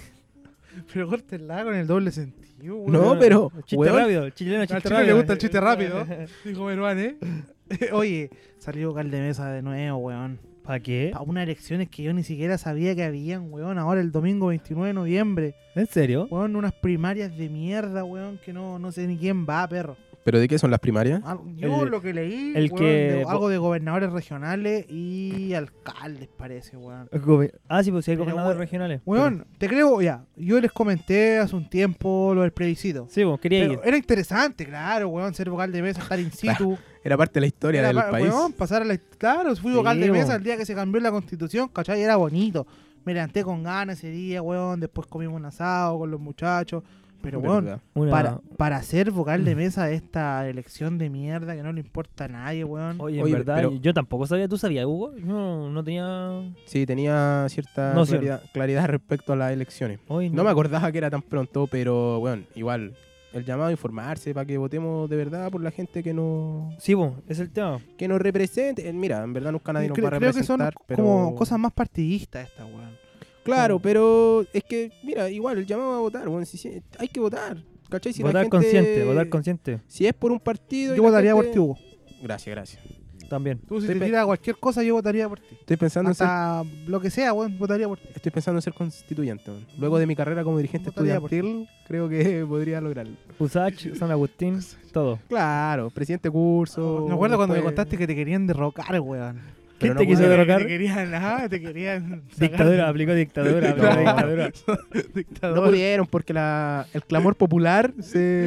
Pero córtenla con el doble sentido, weón.
No, pero,
Chiste
weón.
rápido. Chileno, chiste
Al chile
rápido.
le gusta el chiste rápido, dijo Meruán, ¿eh? Oye, salió Cal de Mesa de nuevo, weón.
¿Para qué?
A unas elecciones que yo ni siquiera sabía que habían, weón. Ahora el domingo 29 de noviembre.
¿En serio?
Weón, unas primarias de mierda, weón, que no, no sé ni quién va, perro.
¿Pero de qué son las primarias?
Al- Yo
El-
lo que leí,
el
weón,
que-
de- algo de gobernadores regionales y alcaldes, parece, weón.
Gobe- Ah, sí, pues sí, hay
Pero,
gobernadores
weón-
regionales.
Weón, te creo, ya. Yo les comenté hace un tiempo lo del plebiscito.
Pero- Sí, vos quería ir.
Pero era interesante, claro, weón, ser vocal de mesa, estar in situ.
Era parte de la historia
Era
del
pa-
país.
weón, pasar a la- Claro, fui
Sí,
vocal de
weón.
mesa el día que se cambió la constitución, ¿cachai? Era bonito. Me levanté con ganas ese día, weón. Después comimos un asado con los muchachos. Pero bueno,
Verdad.
Una-
para, para ser vocal de mesa de esta elección de mierda que no le importa a nadie, weón.
Oye, en
Oye,
verdad,
pero-
yo tampoco sabía. ¿Tú sabías, Hugo? No, no tenía...
Sí, tenía cierta
No, sí.
claridad, claridad respecto a las elecciones.
Hoy
No me acordaba que era tan pronto, pero bueno, igual. El llamado a informarse para que votemos de verdad por la gente que no
Sí, po, es el tema.
que nos represente. Eh, Mira, en verdad nunca nadie nos
Creo-
va a
creo que
representar.
son
pero...
como cosas más partidistas estas, weón.
Claro, pero es que, mira, igual el llamado a votar, bueno, si, si- hay que votar. ¿Cachai? Si la
votar
gente-
consciente, votar consciente.
Si es por un partido. y
Yo
la
votaría por
gente-
ti, Hugo.
Gracias, gracias.
También.
Tú, si
Estoy
te
pe-
tiras cualquier cosa, yo votaría por ti.
Estoy pensando, en ser,
Hasta lo que sea, weón, votaría por ti.
estoy pensando en ser constituyente. bueno. Luego de mi carrera como dirigente
Votaría por ti.
estudiantil, creo que podría lograrlo.
Usach, San Agustín, todo.
Claro, presidente curso.
Oh, Me acuerdo cuando me
después-
contaste que te querían derrocar, weón.
Pero
¿Quién
no
te quiso
pude-
Te-
derrocar?
Te querían, ah, te querían. sacar-
Dictadura, aplicó dictadura, aplicó
No.
dictadura.
No
pues,
Dictador.
pudieron porque la, el clamor popular
Te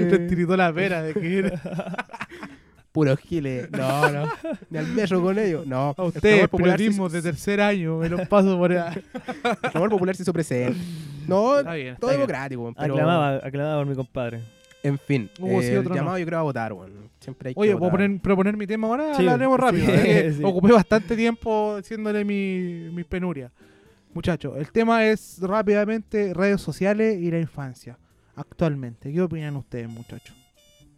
se.
tiritó la pera de que era.
Puros giles. No, no. Ni al beso con ellos. No.
A
el
ustedes,
clamor popular se-
periodismo de tercer año, me los paso por allá.
El clamor popular se hizo presente. No,
Está bien, está
todo
bien.
democrático, weón, pero
Aclamaba, aclamaba por mi compadre.
En fin,
Hubo
eh,
sí,
el
otro no.
llamado yo creo a votar, weón. Siempre hay que
Oye, ¿puedo
votar.
poner- proponer mi tema ahora?
Sí,
Lo haremos rápido.
sí,
ya que
sí.
Ocupé bastante tiempo haciéndole mi, mis penurias. Muchachos, el tema es rápidamente redes sociales y la infancia. Actualmente, ¿qué opinan ustedes, muchachos?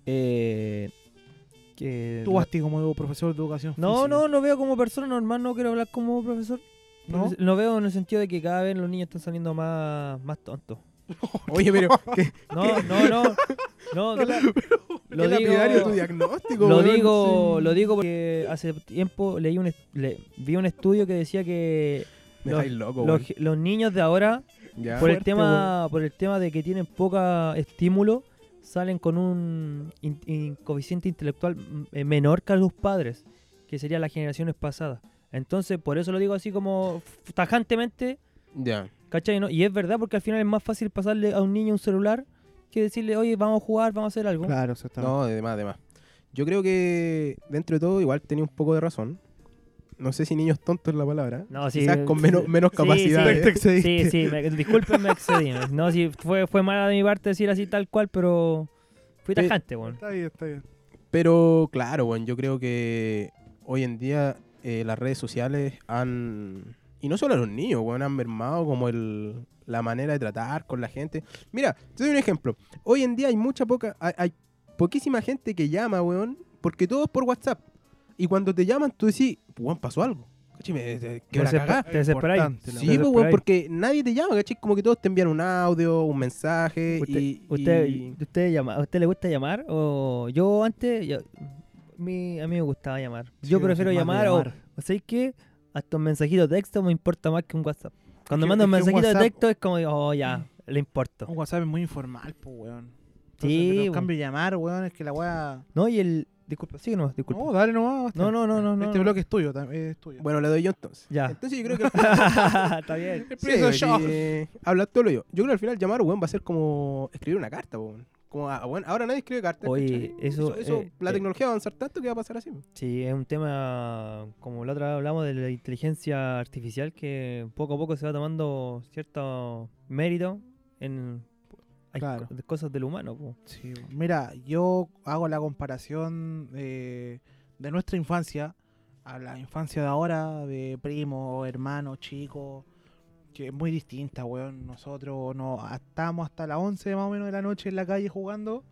Eh, que
Tú, Basti, como profesor de educación
Eh, no,
física.
no, no veo como persona normal, no quiero hablar como profesor.
¿No?
Lo veo en el sentido de que cada vez los niños están saliendo más, más tontos.
Oye, pero. ¿Qué,
No, no, no. No,
qué
lo
lapidario tu
digo,
diagnóstico,
lo
weón.
digo,
Sí.
lo digo porque hace tiempo leí un est- le- vi un estudio que decía que
Me
lo-
estáis loco,
los,
weón.
ge- los niños de ahora
Ya.
por el
Fuerte,
tema por el tema de que tienen poca estímulo salen con un in- in- coeficiente intelectual mm, eh, menor que a los padres que serían las generaciones pasadas entonces por eso lo digo así como f- tajantemente
Ya.
¿cachai? ¿no? y es verdad porque al final es más fácil pasarle a un niño un celular que decirle oye vamos a jugar vamos a hacer algo
Claro, eso está.
No, de más, de más. Yo creo que dentro de todo igual tenía un poco de razón. No sé si niños tontos es la palabra.
No, sí,
Quizás con menos, ¿eh? menos
sí,
capacidades.
sí.
Te excediste.
Sí, sí, me, disculpen, me excedí. No, sí, fue, fue mala de mi parte decir así tal cual, pero fui
Pe-
tajante, weón.
Está bien, está bien.
Pero claro, bueno, yo creo que hoy en día eh, las redes sociales han... Y no solo a los niños, bueno, han mermado como el, la manera de tratar con la gente. Mira, te doy un ejemplo. Hoy en día hay mucha poca... Hay, hay poquísima gente que llama, weón, porque todo es por WhatsApp. Y cuando te llaman, tú decís, weón, pasó algo. ¿Cachai? Me- eh, te-
Te
que la
desesper-
cagá.
Te desesperáis.
Importante, la
Sí,
Te
pues, weón,
desesperáis.
porque nadie te llama, ¿cachai? Como que todos te envían un audio, un mensaje.
Usted,
y,
usted,
y-
usted llama, ¿A usted le gusta llamar? o Yo antes, yo- mi, a mí me gustaba llamar. yo
Sí,
prefiero
no sé, más de
llamar, o, o ¿sabes qué? Hasta un mensajito de texto me importa más que un WhatsApp. Cuando
que-
mando un
es que un
mensajito de
WhatsApp- Oh.
texto es como, oh, ya, le importo.
Un WhatsApp es muy informal, pues, weón.
Sí,
sí. En
weón.
cambio, llamar, weón, es que la weá.
No, y el... Disculpa, sí, no, disculpa.
No, dale nomás. Basti.
No, no, no, no. no,
Este
no.
bloque es tuyo, tam- es tuyo.
Bueno, le doy yo entonces.
Ya.
Entonces yo creo que...
Está bien.
Sí,
Preso
güey,
yo.
eh, habla todo lo yo. Yo creo que al final llamar, weón, va a ser como escribir una carta, weón. Como, ah, weón, ahora nadie escribe cartas.
Oye,
¿cachai?
eso, eh,
la
eh,
tecnología va a avanzar tanto que va a pasar así.
Sí, es un tema, como la otra vez hablamos de la inteligencia artificial, que poco a poco se va tomando cierto mérito en hay
Claro.
co- de cosas del humano. po.
Sí, bo. mira, yo hago la comparación eh, de nuestra infancia a la infancia de ahora, de primo, hermano, chico, que es muy distinta, weón. Nosotros no estamos hasta las 11 más o menos de la noche en la calle jugando.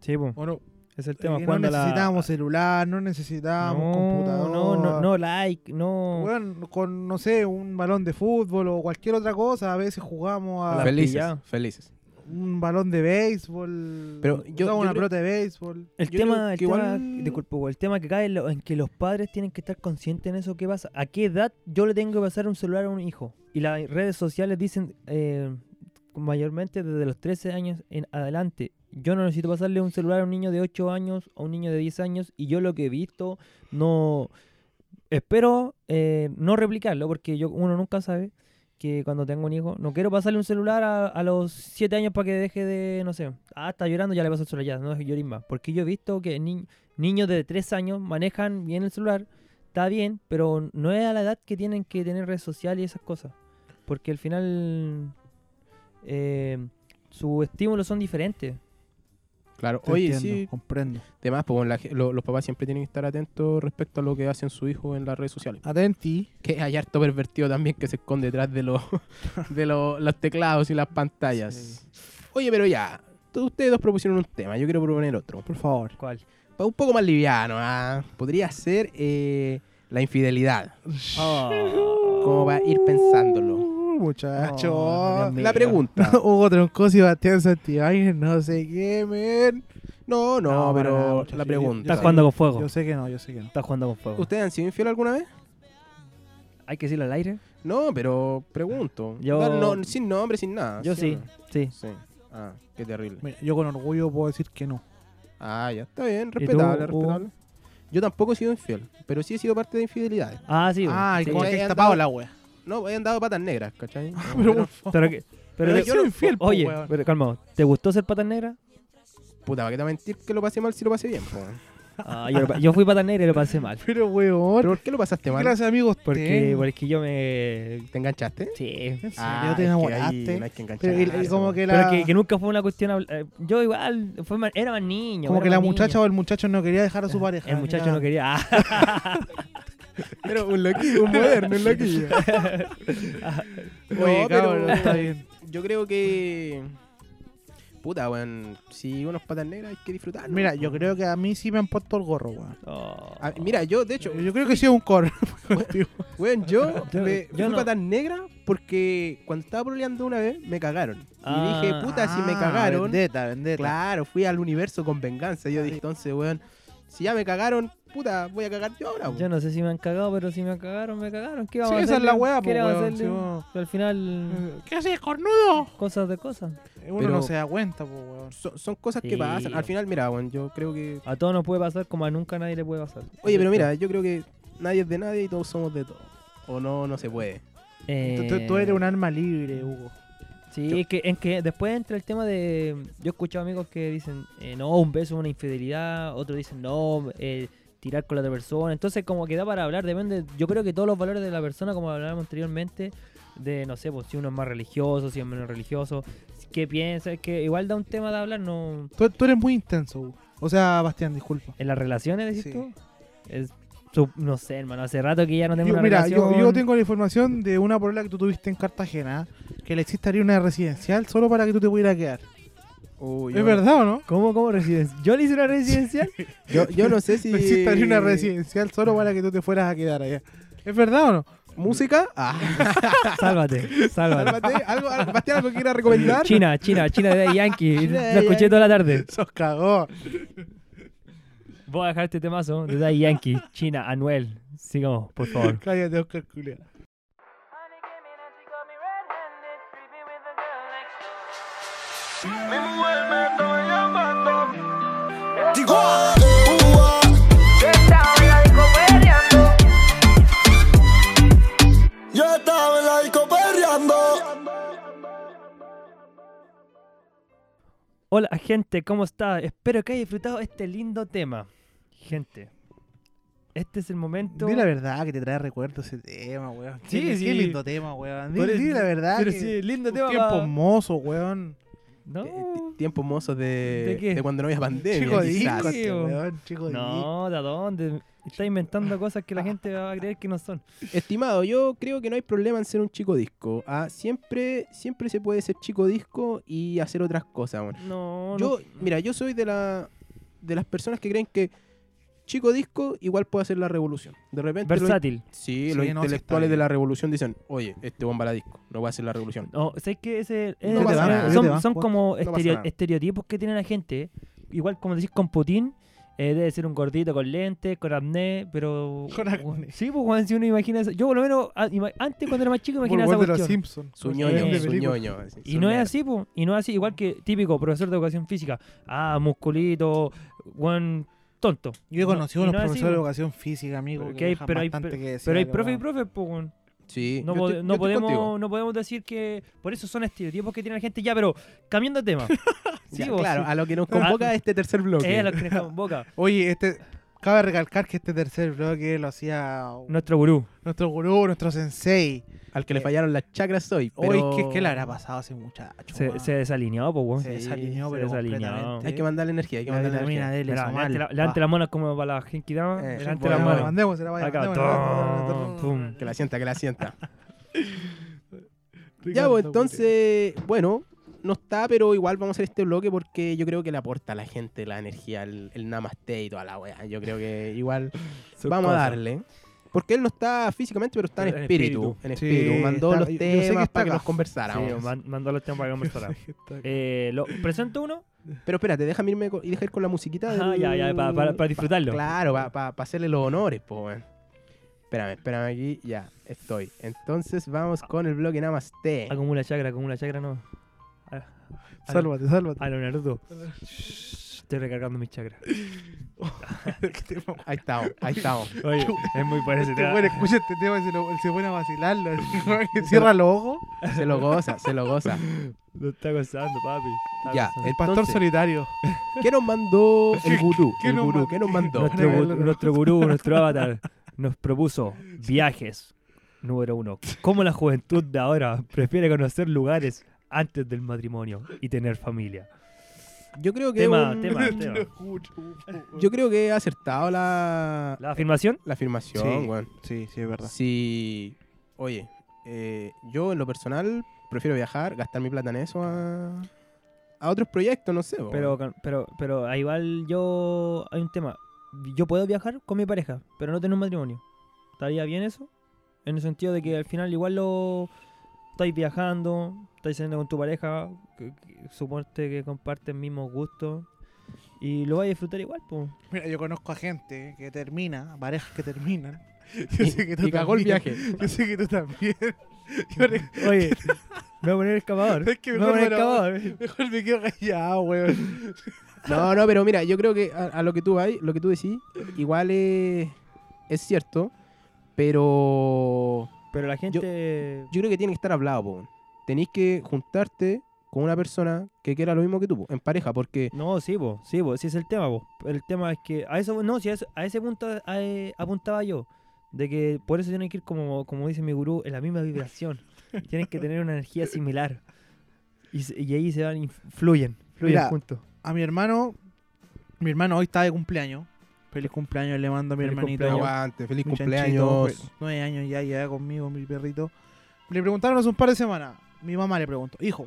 Sí, po,
Bueno,
es el
Eh,
tema.
no
cuando la-
necesitábamos celular, no necesitábamos
no,
computador.
No, no, no, like, no.
Weón, con, no sé, un balón de fútbol o cualquier otra cosa, a veces jugamos a
la
felices,
pillada.
felices.
un balón de béisbol,
Pero yo- yo
usamos una
creo-
pelota de béisbol.
Yo
El
creo
tema, el
que
tema,
igual-
disculpa, güey, el tema que cae en, lo- en que los padres tienen que estar conscientes en eso que pasa. ¿A qué edad yo le tengo que pasar un celular a un hijo? Y las redes sociales dicen eh, mayormente desde los 13 años en adelante. Yo no necesito pasarle un celular a un niño de 8 años o a un niño de 10 años y yo lo que he visto no... Espero eh, no replicarlo porque yo uno nunca sabe que cuando tengo un hijo no quiero pasarle un celular a, a los 7 años para que deje de, no sé, ah, está llorando, ya le paso el celular, ya, no deje llorar más. Porque yo he visto que ni- niños de 3 años manejan bien el celular, está bien, pero no es a la edad que tienen que tener redes sociales y esas cosas. Porque al final eh, sus estímulos son diferentes.
Claro,
Te
oye,
entiendo,
sí,
comprendo.
además, pues, la ge- lo- los papás siempre tienen que estar atentos respecto a lo que hacen sus hijos en las redes sociales.
Atenti.
Que hay harto pervertido también que se esconde detrás de los, de los, los teclados y las pantallas. Oye, pero ya, tú- ustedes dos propusieron un tema, yo quiero proponer otro.
Por favor.
¿Cuál?
Pa- Un poco más liviano, ¿ah? podría ser eh, la infidelidad.
Ah.
Como va a ir pensándolo.
Uh, Muchacho.
Oh, Dios
La
mío.
pregunta.
Hugo Troncoso y Bastián Santibáñez no se quemen.
No, no,
No, para nada,
pero
muchachos,
la
yo-
pregunta.
Estás jugando con fuego.
Oh.
Yo sé que no, yo sé que no.
Estás jugando con fuego.
¿Ustedes han sido infiel alguna vez?
¿Hay que decirlo al aire?
No, pero pregunto.
Yo-
No, no, sin nombre, sin
Ah,
nada.
Yo sí, sí.
Sí. Ah, qué terrible.
Mira, yo con orgullo puedo decir que no.
Ah, ya está bien,
tú,
respetable,
Hugo?
respetable. Yo tampoco he sido infiel, pero sí he sido parte de infidelidades.
Ah, sí. bueno,
ah,
sí.
como
sí.
que
He
está tapado
andado-
la wea.
No, he andado patas negras, ¿cachai?
Ah, Pero por favor.
Pero, que- pero,
Pero
te-
yo era infiel, po,
Oye,
weón.
pero calma, ¿te gustó ser pata negra?
Puta, ¿para qué te voy a mentir que lo pasé mal si lo pasé bien? po?
Ah, yo, lo pa- yo fui pata negra y lo pasé mal.
Pero weón.
¿Pero por qué lo pasaste mal?
Gracias amigos.
Porque,
Ten.
porque yo me.
¿Te enganchaste? Ah,
Sí.
¿En serio
es
te
que
enamoraste?
ahí no hay que
Pero, y- y
engancharse,
como
po.
que
Pero
la,
que, que nunca fue una cuestión. habl- eh, Yo igual, fue más- era más niño.
como
era
que la
más niño.
muchacha o el muchacho no quería dejar a su pareja.
El
ni
muchacho
nada.
no quería. Ah,
Era un loquillo, un moderno, un loquillo.
Oye,
No,
cabrón,
pero-
está bien.
Yo creo que. Puta, weón. Si unos patas negras hay que disfrutar.
Mira, yo creo que a mí sí me han puesto el gorro, weón.
oh.
Ah, mira, yo, de hecho,
Yo, yo creo que sí es un cor.
weón, yo
Yo-
me fui
yo no.
patas negras porque cuando estaba proleando una vez me cagaron. Y
Ah,
dije, puta, si me
Ah,
cagaron.
Vendetta, vendetta.
Claro, fui al universo con venganza. Yo dije, entonces, weón, si ya me cagaron, puta, voy a cagar yo ahora, weón.
Yo no sé si me han cagado, pero si me cagaron, me cagaron. ¿Qué vamos
Sí,
a hacer?
esa es la weá,
¿Qué
pues,
le vamos a
weón.
hacerle?
sí, Eh. weón.
Al final,
¿Qué haces, cornudo?
cosas de cosas.
Eh, Uno
Pero-
no se da cuenta, pues, weón.
Son, son cosas que
Sí,
pasan. Al
weón.
final, mira, weón, yo creo que.
A todos nos puede pasar como a nunca nadie le puede pasar.
Oye, pero mira, yo creo que nadie es de nadie y todos somos de todos. O no, no se puede.
Tú-
Eh,
Tú, tú eres un alma libre, Hugo.
Sí,
Yo-
es que, es que después entra el tema de. Yo he escuchado amigos que dicen, eh, no, un beso es una infidelidad. Otros dicen, no, eh, tirar con la otra persona. Entonces, como que da para hablar, depende. Yo creo que todos los valores de la persona, como hablábamos anteriormente, de no sé, pues, si uno es más religioso, si es menos religioso, qué piensa. Es que igual da un tema de hablar, no.
Tú, tú eres muy intenso, Hugo. O sea, Bastián, disculpa.
En las relaciones, decís
Sí.
tú. Es, su- no sé, hermano, hace rato que ya no tengo
Yo-
una
mira, yo,
relación.
yo tengo la información de una polola que tú tuviste en Cartagena, que le existiría una residencial solo para que tú te pudieras quedar.
Uy, Pues
¿Es
yo-
verdad o no?
¿Cómo, cómo residencia? ¿Yo le hice una residencial?
Yo, yo no sé si. eh,
Le existiría una residencial solo para que tú te fueras a quedar allá. ¿Es verdad o no?
¿Música? Ah,
sálvate, sálvate.
cálmate. ¿Algo, algo, Bastián, ¿algo que quieras recomendar?
China, China, China de Yankee.
China de
Lo escuché
Yankee.
toda la tarde.
Sos cagó.
Voy a dejar este temazo de Daddy Yankee, China, Anuel. Sigamos, por favor.
Cállate, Oscar Culea.
Digo, uh, yo estaba en la disco perreando.
Hola, gente, ¿cómo está? Espero que hayas disfrutado este lindo tema. Gente, este es el momento.
Di la verdad que te trae recuerdos ese tema, weón.
Sí,
Qué-
sí.
Qué lindo tema, weón. Di,
Pero-
di la verdad.
Pero
que-
sí, lindo
un
tema.
Tiempo este
va.
mozo, weón.
No,
Tiempos mozos de,
¿De qué?
cuando no había pandemia.
Chico de
quizás.
disco,
Sí,
este,
weón.
weón. Chico de disco.
no, ¿de dónde? Está inventando cosas que la gente va a creer que no son.
Estimado, yo creo que no hay problema en ser un chico disco. Ah, siempre, siempre se puede ser chico disco y hacer otras cosas, weón.
No,
Yo,
no.
mira, yo soy de la de las personas que creen que chico disco igual puede hacer la revolución. De repente los-
Versátil.
Sí,
Sí,
los
no, sí está
intelectuales
bien.
de la revolución dicen, oye, este bomba la disco, no va a hacer la revolución.
No, ¿sabes qué? Ese,
No
ese-
pasa
son-
nada.
Te
son,
vas,
son
Juan.
como
No pasa
estereo-
nada.
estereotipos que tiene la gente. ¿eh? Igual como decís con Putin, eh, debe ser un gordito con lentes, con acné, pero...
Con acné.
Sí, pues Juan, si uno imagina eso. Yo por lo menos, a- ima- antes cuando era más chico, imaginaba esa
Weón de los
cuestión.
Simpsons.
Su ñoño,
Eh,
su ñoño. así,
Y
su
no es
ñoño.
así, pues. Y no es así. Igual que típico profesor de educación física. Ah, musculito, Juan tonto.
Yo he
No,
conocido
y
unos
no es así,
profesores de
po.
educación física, amigo.
Pero
que
que hay-
dejan
pero hay-
bastante que
Pero hay
desear,
profe y
weón.
profe, pues, Juan.
Sí,
No,
yo
po-
estoy-
no
yo estoy contigo.
podemos, no podemos decir que... Por eso son estereotipos que tiene la gente. Ya, pero cambiando de tema. sí,
Ya,
vos,
claro,
sí. Ah, eh,
a lo que nos convoca este tercer bloque.
Es a lo que nos convoca.
Oye, este. Cabe recalcar que este tercer bloque lo hacía
Nuestro gurú.
nuestro gurú, nuestro sensei.
Al que le fallaron las chakras soy.
Hoy,
pero-
¿qué, ¿qué le habrá pasado a ese muchacho?
Se,
weón?
se desalineó, pues, weón.
Se desalineó,
se
pero
desalineó.
completamente.
Hay que mandarle energía, hay que
La
mandarle
vitamina
energía.
D le
Mira,
hizo mal.
levante la-
Va.
levante la mano como para la Genki Dama.
Eh,
levante
bueno,
la
la
mano.
mandemos, se la vaya,
Acá,
mandémosla.
tom, pum.
Que la sienta, que la sienta. ya,
Ricardo
pues entonces, bueno, no está, pero igual vamos a hacer este bloque porque yo creo que le aporta a la gente la energía, el, el namaste y toda la weá. Yo creo que igual vamos a darle. Porque él no está físicamente, pero está en,
En
espíritu.
espíritu.
En
Sí,
espíritu. Mandó
está-
los
yo- yo sé que
temas
está
para que
acá.
los conversáramos.
Sí, man- mandó los temas para conversar.
Está-
Eh, lo- ¿Presento uno?
Pero espérate, déjame irme co- y dejar con la musiquita.
Ajá,
del-
ya, ya, pa- para- para disfrutarlo.
claro, para hacerle los honores, po, weón. Espérame, espérame aquí, ya, estoy. Entonces vamos con el bloque Namaste.
Acumula chakra, acumula chakra, no. Ah, A, a-
Sálvate, sálvate.
a lo Naruto. Shh, Estoy recargando mis chakras.
Ahí estamos, ahí estamos.
Oye, es muy bueno ese
Este
tema.
weón escucha este tema y se, lo, se pone a vacilarlo. así, weón, que Cierra los ojos.
Se lo goza, se lo goza.
Lo está gozando, papi. Está
Ya,
gozando.
el
Pastor
pastor
solitario.
¿Qué nos mandó el
¿Qué-
gurú?
qué
el
nos
gurú,
mandó?
¿qué nos mandó?
Nuestro,
Bueno,
gu-
bueno.
nuestro gurú, nuestro avatar, nos propuso viajes número uno. ¿Cómo la juventud de ahora prefiere conocer lugares antes del matrimonio y tener familia?
Yo creo que
Tema,
un-
tema, tema.
yo creo que he acertado la,
¿La afirmación?
la afirmación,
Sí.
weón.
Sí, sí, es verdad.
Si, oye, eh, yo en lo personal prefiero viajar, gastar mi plata en eso a, a otros proyectos, no sé. weón.
Pero, con- pero, pero ahí va el- yo. Hay un tema. Yo puedo viajar con mi pareja, pero no tener un matrimonio. ¿Estaría bien eso? En el sentido de que al final igual lo. Estáis viajando, estáis saliendo con tu pareja, que, que- suponte que comparten mismos gustos. Y lo vais a disfrutar igual, pues.
Mira, yo conozco a gente que termina, parejas que terminan. Yo
y,
sé que tú
y cagó el
también.
viaje.
Yo sé que tú también. Yo re-
Oye, me voy a poner el excavador.
Es que
me voy a poner el
mejor me lo-
excavador.
mejor me quedo callado, weón.
No, no, pero mira, yo creo que a, a lo que tú vas, lo que tú decís, igual es, es cierto, pero
Pero la gente.
yo creo que tiene que estar hablado, po. weón. Tenéis que juntarte con una persona que quiera lo mismo que tú, po, en pareja, porque
No, sí, vos, sí, vos, sí es el tema, vos. El tema es que a eso, no, sí, a, eso- a ese punto a- eh, apuntaba yo, de que por eso tienen que ir como, como dice mi gurú, en la misma vibración. tienen que tener una energía similar. Y, se- y ahí se van, y fluyen, fluyen
Mira,
juntos.
A mi hermano, mi hermano hoy está de cumpleaños. Feliz cumpleaños le mando a mi
Feliz
hermanito.
cumpleaños.
aguante, feliz
Mi chanchito, pues, Nueve años ya, ya conmigo, mi perrito. Le preguntaron hace un par de semanas. Mi mamá le preguntó, hijo,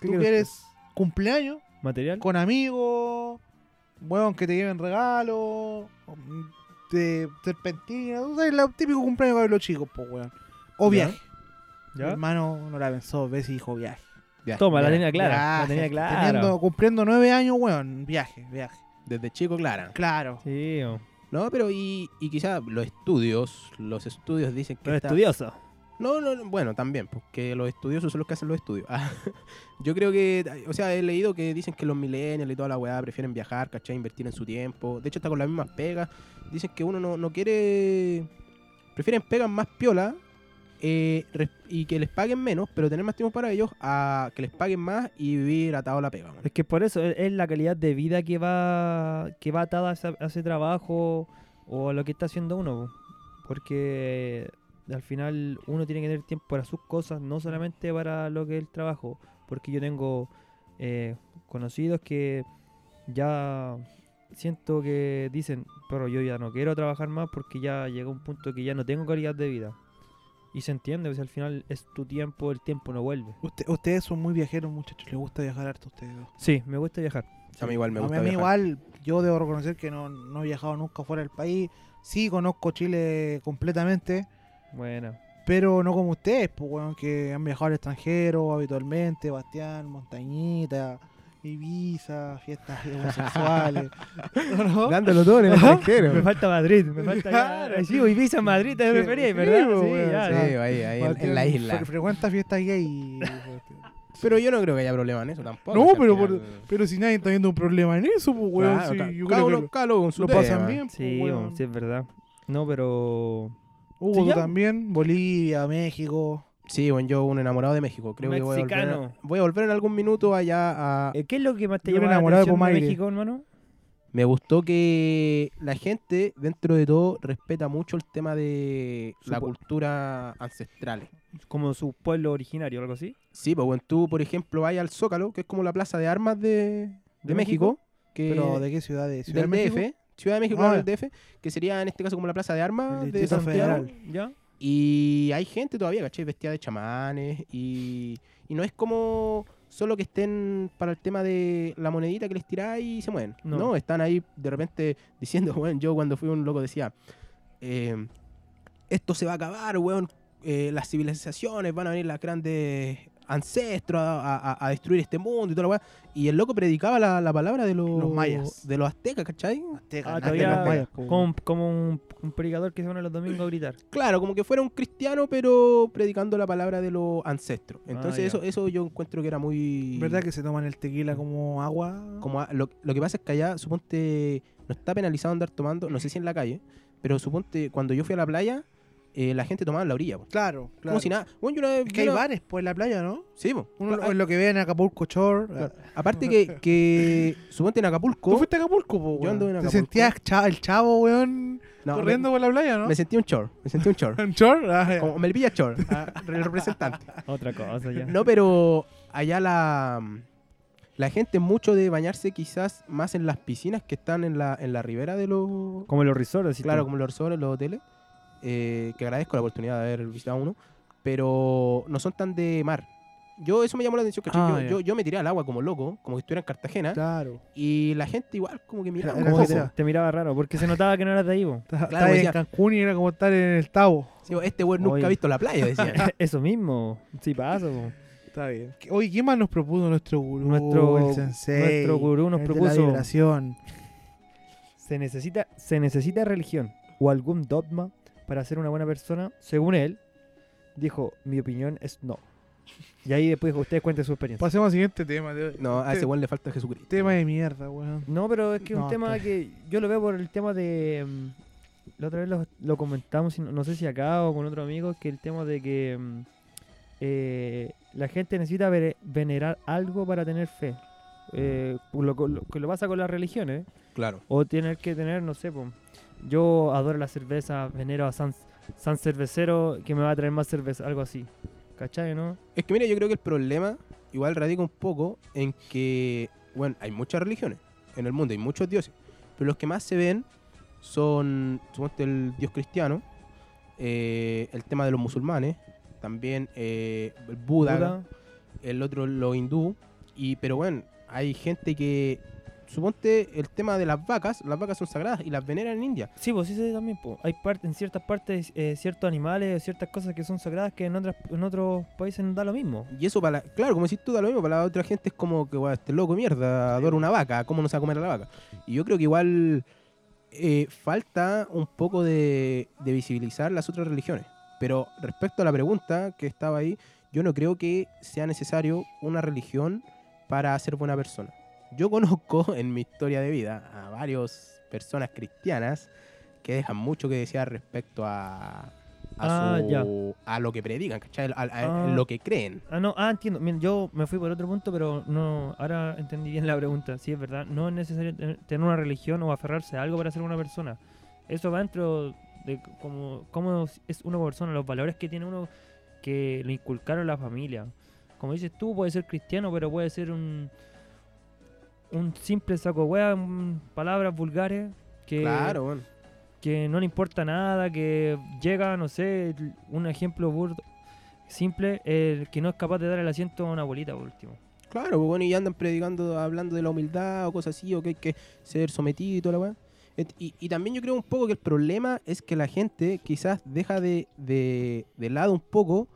¿Qué
¿tú
quieres?
quieres cumpleaños
¿Material?
con amigos? Weón, que te lleven regalos, de serpentina, tú sabes, el típico cumpleaños que hay los chicos, pues, weón. O
Ya,
viaje. Mi
¿Ya?
hermano no la pensó, ves y dijo viaje.
Ya,
Toma, la
mira,
tenía clara, la tenía
Viaje,
clara.
teniendo- cumpliendo nueve años, weón, viaje, viaje.
Desde chico, Clara.
Claro.
Sí, vos.
No, pero y, y quizá los estudios, los estudios dicen que
Pero
está-
estudioso.
No, no, no, bueno, también, porque los estudiosos son los que hacen los estudios. Ah, yo creo que, o sea, he leído que dicen que los millennials y toda la weá prefieren viajar, ¿cachai? Invertir en su tiempo. De hecho, está con las mismas pegas. Dicen que uno no, no quiere... Prefieren pegas más piola eh, res- y que les paguen menos, pero tener más tiempo para ellos a que les paguen más y vivir atado a la pega. weón.
Es que por eso es, es la calidad de vida que va que va atada a, esa- a ese trabajo o a lo que está haciendo uno. po. Porque al final uno tiene que tener tiempo para sus cosas, no solamente para lo que es el trabajo. Porque yo tengo eh, conocidos que ya siento que dicen, pero yo ya no quiero trabajar más porque ya llega un punto que ya no tengo calidad de vida. Y se entiende, pues al final es tu tiempo, el tiempo no vuelve.
Usted- ustedes son muy viajeros, muchachos. Les gusta viajar harto a ustedes dos.
Sí, me gusta viajar.
a mí igual me
A mí-
gusta
a mí
viajar.
igual, yo debo reconocer que no, no he viajado nunca fuera del país. Sí, conozco Chile completamente,
Bueno.
pero no como ustedes, pues, weón, que han viajado al extranjero habitualmente. Bastián, Montañita, Ibiza, fiestas homosexuales. ¿No?
Dándolo todo en el extranjero.
Me falta Madrid, me falta ya.
Claro.
Sí, o Ibiza, Madrid, te
Sí,
preferís,
sí,
¿verdad?
bo,
Sí,
weón,
ya,
Sí,
ya.
ahí, ahí, en- en
Bastián
la isla.
fre- frecuenta fiestas gay. Bastián.
Pero yo no creo que haya problema en eso tampoco.
No,
si al
pero
final-
por- Pero si nadie está viendo un problema en eso, pues, weón.
Claro,
sí,
ca-
yo
cada
creo que
uno-
lo-
cada uno con su
lo pasan
tema.
bien, pues,
Sí, bo,
weón.
sí, es verdad. No, pero.
Hugo,
Sí,
tú
ya.
también. Bolivia, México.
Sí, bueno, yo un enamorado de México. Creo que voy a, volver,
Mexicano.
voy a volver en algún minuto allá a...
eh, ¿Qué es lo que más te
Yo me
llama la
enamoré de
atención de
Pomaire.
México, hermano?
Me gustó que la gente, dentro de todo, respeta mucho el tema de la
Supo-
cultura ancestrales.
Como su pueblo originario o algo así.
Sí, pues bueno, tú, por ejemplo, vayas al Zócalo, que es como la plaza de armas de, de,
¿De
México, que
¿Pero de qué ciudad es? ¿Ciudad
del
de Eh, México?
DF, Ciudad de México,
Ah,
claro,
ya.
del DF, que sería en este caso como la plaza de armas
El
de
Distrito
Santiago.
Federal.
¿Ya?
Y hay gente todavía, ¿cachai? Vestida de chamanes y, y no es como solo que estén para el tema de la monedita que les tiráis y se mueven. No.
No.
están ahí de repente diciendo, bueno, yo cuando fui un loco decía, eh, esto se va a acabar, weón, eh, las civilizaciones, van a venir las grandes ancestros a, a- a destruir este mundo y toda la weá. Y el loco predicaba la, la palabra de los,
Los mayas.
De los aztecas, ¿cachai?
Te
Ah,
ganaste
todavía-
los mayas, po.
Como, como un, un predicador que se une los domingos a gritar.
Claro, como que fuera un cristiano, pero predicando la palabra de los ancestros.
Ah,
Entonces,
ya.
eso, eso yo encuentro que era muy.
¿Verdad que se toman el tequila como agua?
Como a- lo, lo que pasa es que allá, suponte, no está penalizado andar tomando, no sé si en la calle, pero suponte, cuando yo fui a la playa, eh, la gente tomaba en la orilla. po.
Claro, claro.
Como si nada. Bueno, yo una vez
Es
vi
que hay
una-
bares pues en la playa, ¿no?
Sí, po.
Uno lo-
Ah,
lo que ve en Acapulco Shore.
claro. Aparte que, que, suponte en
¿Tú
Acapulco.
fuiste a Acapulco, po,
Yo
weón?
anduve en
¿Te
Acapulco.
sentías cha- el chavo, weón,
No, me-
corriendo por la playa,
me,
no?
sentí un chor, me sentí un chor.
¿En Shore? Ah, ya.
como Melvilla Chor, ah, el representante.
Otra cosa ya.
No, pero allá la, la gente mucho de bañarse quizás más en las piscinas que están en la, en la ribera de los...
Como los resorts. así
Claro,
tú.
como los resorts, los hoteles, eh, que agradezco la oportunidad de haber visitado uno, pero no son tan de mar. Yo, eso me llamó la atención, ¿cachai?
Ah,
yo,
ya.
yo, yo me tiré al agua como loco, como que estuviera en Cartagena,
Claro.
y la gente igual como que miraba
Era-
un
era
Como
poco.
que
como-
te, te miraba raro porque se notaba que no eras de ahí. po.
Estaba
Claro,
en
decía-
Cancún y era como estar en el Tabo.
Sí, Este güey nunca
Oye.
ha visto la playa, decían.
Ah.
Eso mismo. Sí, pasa. po.
Está bien. ¿Qué- Oye, ¿qué más nos propuso nuestro gurú?
Nuestro-
Uh, el sensei,
nuestro gurú nos
el De la
propuso-
vibración.
Se necesita, se necesita religión o algún dogma para ser una buena persona. Según él, dijo, mi opinión es no. Y ahí después ustedes cuenten su experiencia.
Pasemos al siguiente tema. de-
No, a ese
te-
güey le falta Jesucristo.
Tema de mierda, weón.
No, pero es que es
No,
un tema
está
que yo lo veo por el tema de... mm, La otra vez lo, lo comentamos, y no no sé si acá o con otro amigo, que el tema de que mm, eh, la gente necesita vere- venerar algo para tener fe. Eh, lo, lo- que lo pasa con las religiones.
Claro.
O tener que tener, no sé, po, yo adoro la cerveza, venero a San, San Cervecero que me va a traer más cerveza, algo así. ¿Cachai, no?
Es que mira, yo creo que el problema igual radica un poco en que, bueno, hay muchas religiones en el mundo, hay muchos dioses, pero los que más se ven son, suponte, el dios cristiano, eh, el tema de los musulmanes, también eh, el Buda,
Buda,
el otro los hindú, y, pero bueno, hay gente que, suponte, el tema de las vacas, las vacas son sagradas y las veneran en India.
Sí, pues sí, sí, también. po. Hay parte, en ciertas partes, eh, ciertos animales, ciertas cosas que son sagradas que en, otras, en otros países no da lo mismo.
Y eso para, la- claro, como decís tú, da lo mismo, para la otra gente es como que, "Guau, este loco de mierda, adora una vaca, ¿cómo no se va a comer a la vaca? Y yo creo que igual eh, falta un poco de, de visibilizar las otras religiones. Pero respecto a la pregunta que estaba ahí, yo no creo que sea necesario una religión para ser buena persona. Yo conozco en mi historia de vida a varias personas cristianas que dejan mucho que desear respecto a, a,
Ah,
su- a lo que predican, ¿cachai? A- a-
Ah.
lo que creen.
Ah, no, ah, entiendo. Miren, yo me fui por otro punto, pero no, ahora entendí bien la pregunta. Sí, es verdad. No es necesario ten- tener una religión o aferrarse a algo para ser una persona. Eso va dentro de c- cómo, cómo es una persona, los valores que tiene uno que le inculcaron la familia. Como dices tú, puede ser cristiano, pero puede ser un, un simple saco hueá, un- palabras vulgares que
Claro, bueno.
que no le importa nada, que llega, no sé, l- un ejemplo burdo, simple, el que no es capaz de dar el asiento a una abuelita por último.
Claro, pues, bueno, y andan predicando, hablando de la humildad o cosas así, o que hay que ser sometido y toda la weá. Et- Y, y también yo creo un poco que el problema es que la gente quizás deja de, de, de lado un poco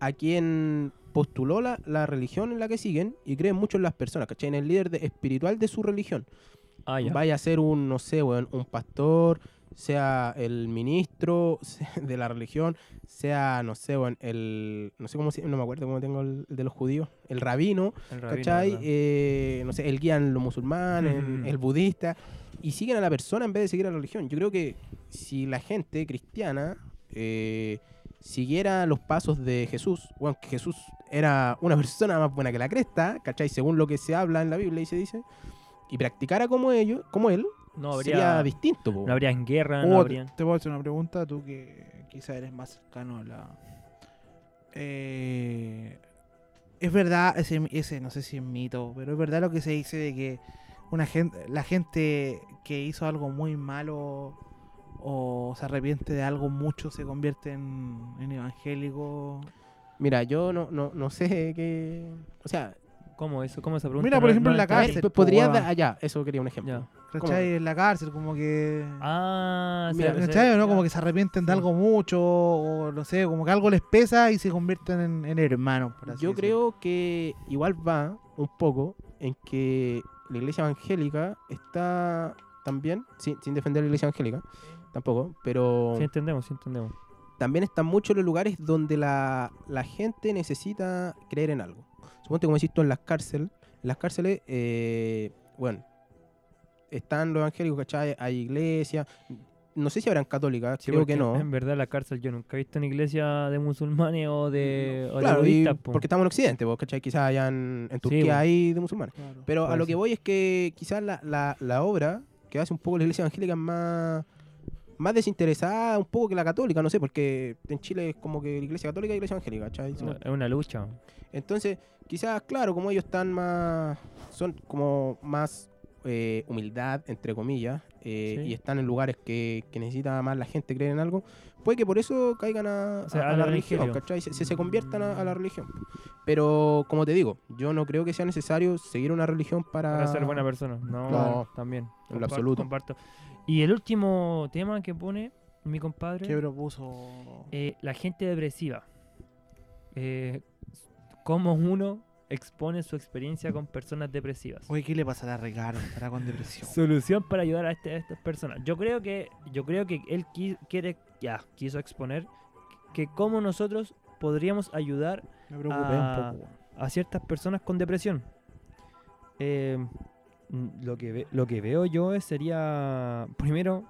a quien postuló la, la religión en la que siguen y creen mucho en las personas, ¿cachai? En el líder de- espiritual de su religión.
Ah,
Vaya a ser un, no sé, weón, un pastor, sea el ministro sea de la religión, sea, no sé, weón, el, no sé cómo, se- no me acuerdo cómo tengo el- el de los judíos, el rabino. ¿cachai? Eh, no sé, el guía en los musulmanes, en
Ujú.
el budista, y siguen a la persona en vez de seguir a la religión. Yo creo que si la gente cristiana eh, siguiera los pasos de Jesús, bueno, que Jesús era una persona más buena que la cresta, ¿cachai? Según lo que se habla en la Biblia y se dice, y practicara como ellos, como él,
No
sería
habría,
distinto. po.
no habría guerra, no
Hugo, te,
habría...
Oh, te puedo hacer una pregunta, tú que quizás eres más cercano a la. Eh, es verdad, ese, ese no sé si es mito, pero es verdad lo que se dice de que una gente, la gente que hizo algo muy malo o se arrepiente de algo mucho se convierte en, en evangélico.
Mira, yo no, no, no sé qué. O sea,
¿Cómo eso? ¿Cómo esa pregunta?
Mira,
No-
por ejemplo,
no
en la
entendí.
cárcel.
p- podría
po,
dar.
weón.
Allá, eso quería un ejemplo.
Ya.
¿Cachai? En la cárcel, como que.
Ah,
Mira,
se- se-
¿Cachai? ¿O no?
ya.
Como que se arrepienten de
Sí.
algo mucho, o no sé, como que algo les pesa y se convierten en, en hermanos. por así
Yo
decirlo.
creo que igual va un poco en que la iglesia evangélica está también, sin, sin defender la iglesia evangélica, tampoco, pero
Sí, entendemos, sí, entendemos.
también están muchos los lugares donde la, la gente necesita creer en algo. Suponte, como decís tú, en las cárceles, en las cárceles, eh, bueno, están los evangélicos, ¿cachai? Hay iglesias, no sé si habrán católicas,
Sí,
creo
porque
que no.
En verdad, la cárcel yo nunca he visto en iglesia de musulmanes o de, o de
Claro, y
budistas. po.
porque estamos en Occidente, vos, ¿cachai? Quizás allá en, en Turquía
bo.
hay de musulmanes.
Claro.
Pero a
Puede
lo que
ser.
voy es que quizás la, la- la obra que hace un poco la iglesia evangélica es más, más desinteresada, un poco que la católica, no sé, porque en Chile es como que la iglesia católica y la iglesia evangélica, ¿cachai?
No, es una lucha.
Entonces, quizás, claro, como ellos están más. son como más eh, humildad, entre comillas, eh,
Sí.
y están en lugares que, que necesita más la gente creer en algo, puede que por eso caigan a,
O sea,
a- a
al
la religión,
evangelio.
¿cachai? Se, se- se conviertan a, a la religión. Pero, como te digo, yo no creo que sea necesario seguir una religión para.
Para ser buena persona. No,
Ah, Claro.
también.
En lo
Comparto-
absoluto.
Comparto. Y el último tema que pone mi compadre.
¿Qué propuso?
eh, la gente depresiva. Eh, ¿Cómo uno expone su experiencia con personas depresivas?
Oye, ¿qué le pasará a Ricardo? Estará con depresión.
Solución para ayudar a, este- a estas personas. Yo creo que, yo creo que él qui- quiere, ya, quiso exponer que cómo nosotros podríamos ayudar
Me preocupé
Ah.
un poco.
a ciertas personas con depresión. Eh, mm, lo, que ve- lo que veo yo es- sería, primero,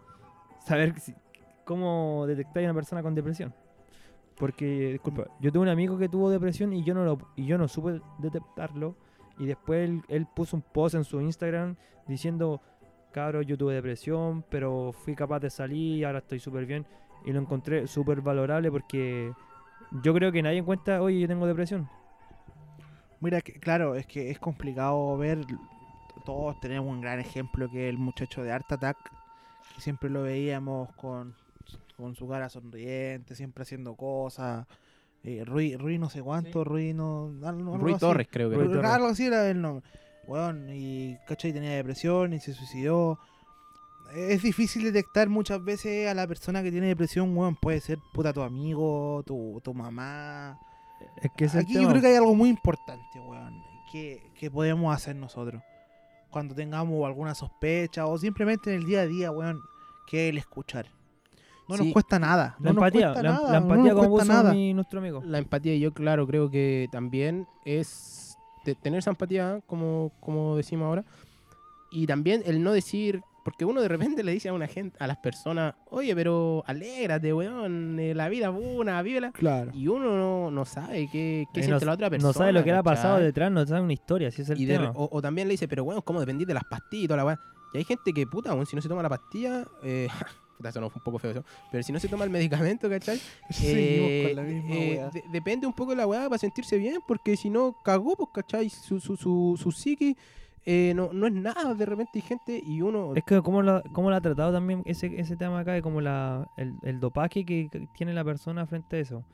saber si- cómo detectar a una persona con depresión. Porque, disculpa, yo tuve un amigo que tuvo depresión y yo no, lo, y yo no supe detectarlo. Y después él, él puso un post en su Instagram diciendo, cabro, yo tuve depresión, pero fui capaz de salir y ahora estoy súper bien. Y lo encontré súper valorable porque yo creo que nadie encuentra, oye, yo tengo depresión.
Mira, que- claro, es que es complicado ver. Todos tenemos un gran ejemplo que es el muchacho de Art Attack. Que siempre lo veíamos con, con su cara sonriente, siempre haciendo cosas. Eh, Rui, Rui no sé cuánto, Rui no... algo- algo
Rui
así.
Torres, creo que.
Rui
era.
Torres.
Algo así era el nombre. Weón, y cachai tenía depresión y se suicidó. Es difícil detectar muchas veces a la persona que tiene depresión, weón. Puede ser puta tu amigo, tu, tu mamá.
Es que
Aquí yo creo que hay algo muy importante, weón. Que, que podemos hacer nosotros. Cuando tengamos alguna sospecha o simplemente en el día a día, weón. Que el escuchar. No nos
Sí.
cuesta nada.
la
no
empatía,
nos cuesta
la, em-
nada.
la
no
empatía
nos
como
cuesta
puso
nada.
mi- nuestro amigo. Eh,
La empatía, yo claro, creo que también es te- tener esa empatía, como, como decimos ahora. Y también el no decir, porque uno de repente le dice a una gente, a las personas, oye, pero alégrate, weón, eh, la vida es buena, vívela.
Claro.
Y uno no, no sabe qué, qué
Y
siente
Eh, no-
la otra persona.
No sabe lo que le ha pasado
¿cachai?
detrás, no sabe una historia, si es el
Y de re- oh,
tema.
o, o también le dice, pero weón, ¿cómo dependís de las pastillas y toda la weá? Y hay gente que, puta, weón, si no se toma la pastilla, eh, puta, eso no fue un poco feo eso, pero si no se toma el medicamento, ¿cachai?
Seguimos
Eh,
con la misma
eh,
weá.
de- depende un poco de la weá para sentirse bien, porque si no, cagó, pues, ¿cachai? Su, su, su, su psiqui eh, no, no es nada, de repente hay gente y uno...
Es que cómo lo, cómo lo ha tratado también ese, ese tema acá, de como la, el, el dopaje que que tiene la persona frente a eso.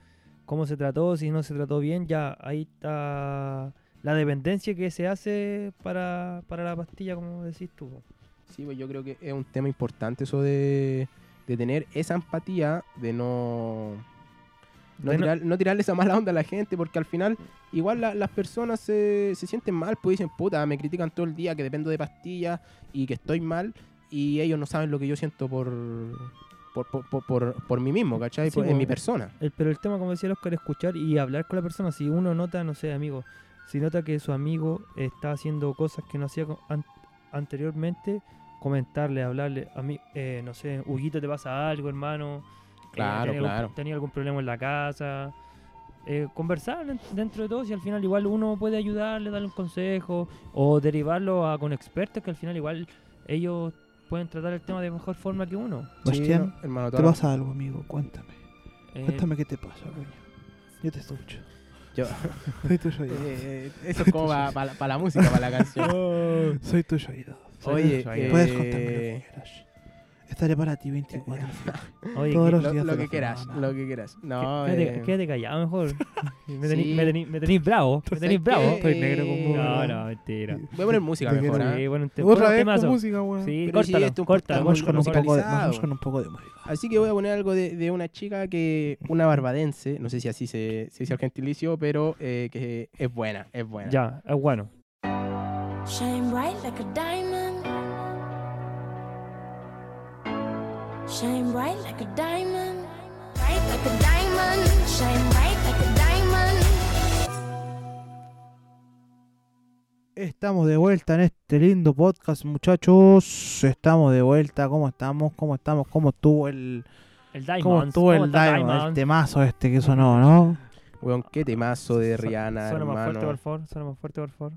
Cómo se trató, si no se trató bien, ya ahí está la dependencia que se hace para, para la pastilla, como decís tú. po.
Sí, pues yo creo que es un tema importante eso de, de tener esa empatía, de no... No,
De no-
tirar- no tirarle esa mala onda a la gente, porque al final igual la- las personas se, se sienten mal, pues dicen, puta, me critican todo el día, que dependo de pastillas y que estoy mal, y ellos no saben lo que yo siento por, por, por, por, por- por mí mismo, ¿cachai?
Sí,
Por- en
pues.
mi persona.
El- pero el tema, como decía el Oscar, es escuchar y hablar con la persona. Si uno nota, no sé, amigo, si nota que su amigo está haciendo cosas que no hacía co- an- anteriormente, comentarle, hablarle. A mí, eh, no sé, Huguito, ¿te pasa algo, hermano? Eh,
Claro,
¿tenía algún-
claro.
¿Tenía algún problema en la casa? eh, conversar en- dentro de todos y al final igual uno puede ayudarle, darle un consejo o derivarlo a, con expertos que al final igual ellos pueden tratar el tema de mejor forma que uno.
Bastián,
no, hermano,
¿Te
toda la-
pasa algo, amigo? Cuéntame.
Eh,
Cuéntame qué te pasa, coño. Yo te escucho.
Yo-
Soy tuyo oído.
Eh, eh, eso es como para la, pa' la música, para la canción.
Soy tuyo oído. Soy
Oye,
tuyo
eh,
oído. puedes contarme lo que quieras. Estaré para ti 24.
eh, oye,
todos
que-
los
Lo,
días
lo
de la
que quieras,
semana.
lo que quieras. No,
que-
eh,
quédate, quédate callado mejor. Me tenéis
Sí.
me tení- me tenéis bravo, me tenéis bravo. pues,
qué? Estoy negro con vos,
No,
weón.
no, mentira.
voy a poner música
Te quiero
mejor, ¿ah?
Sí, bueno, te,
Otra
bueno,
vez
temazo.
con música, weón.
Sí,
Pero si
córtalo,
esto es un
córtalo,
Vamos con, un
córtalo.
poco de,
musicalizado.
vamos con un poco de música.
Así que voy a poner algo de, de una chica que, una barbadense, no sé si así se, se dice el gentilicio, pero eh, que es buena, es buena.
Ya, es bueno.
Shine bright like a diamond. Shine bright like a diamond. Bright like a diamond. Shine bright like a diamond.
Estamos de vuelta en este lindo podcast, muchachos. Estamos de vuelta. ¿Cómo estamos? ¿Cómo estamos? ¿Cómo estuvo el,
El
cómo
Diamond.
estuvo el, Diamond, el temazo este que sonó, no?
Weón, qué temazo de Rihanna,
Suena más fuerte, por
hermano.
favor. Suena más fuerte, por favor.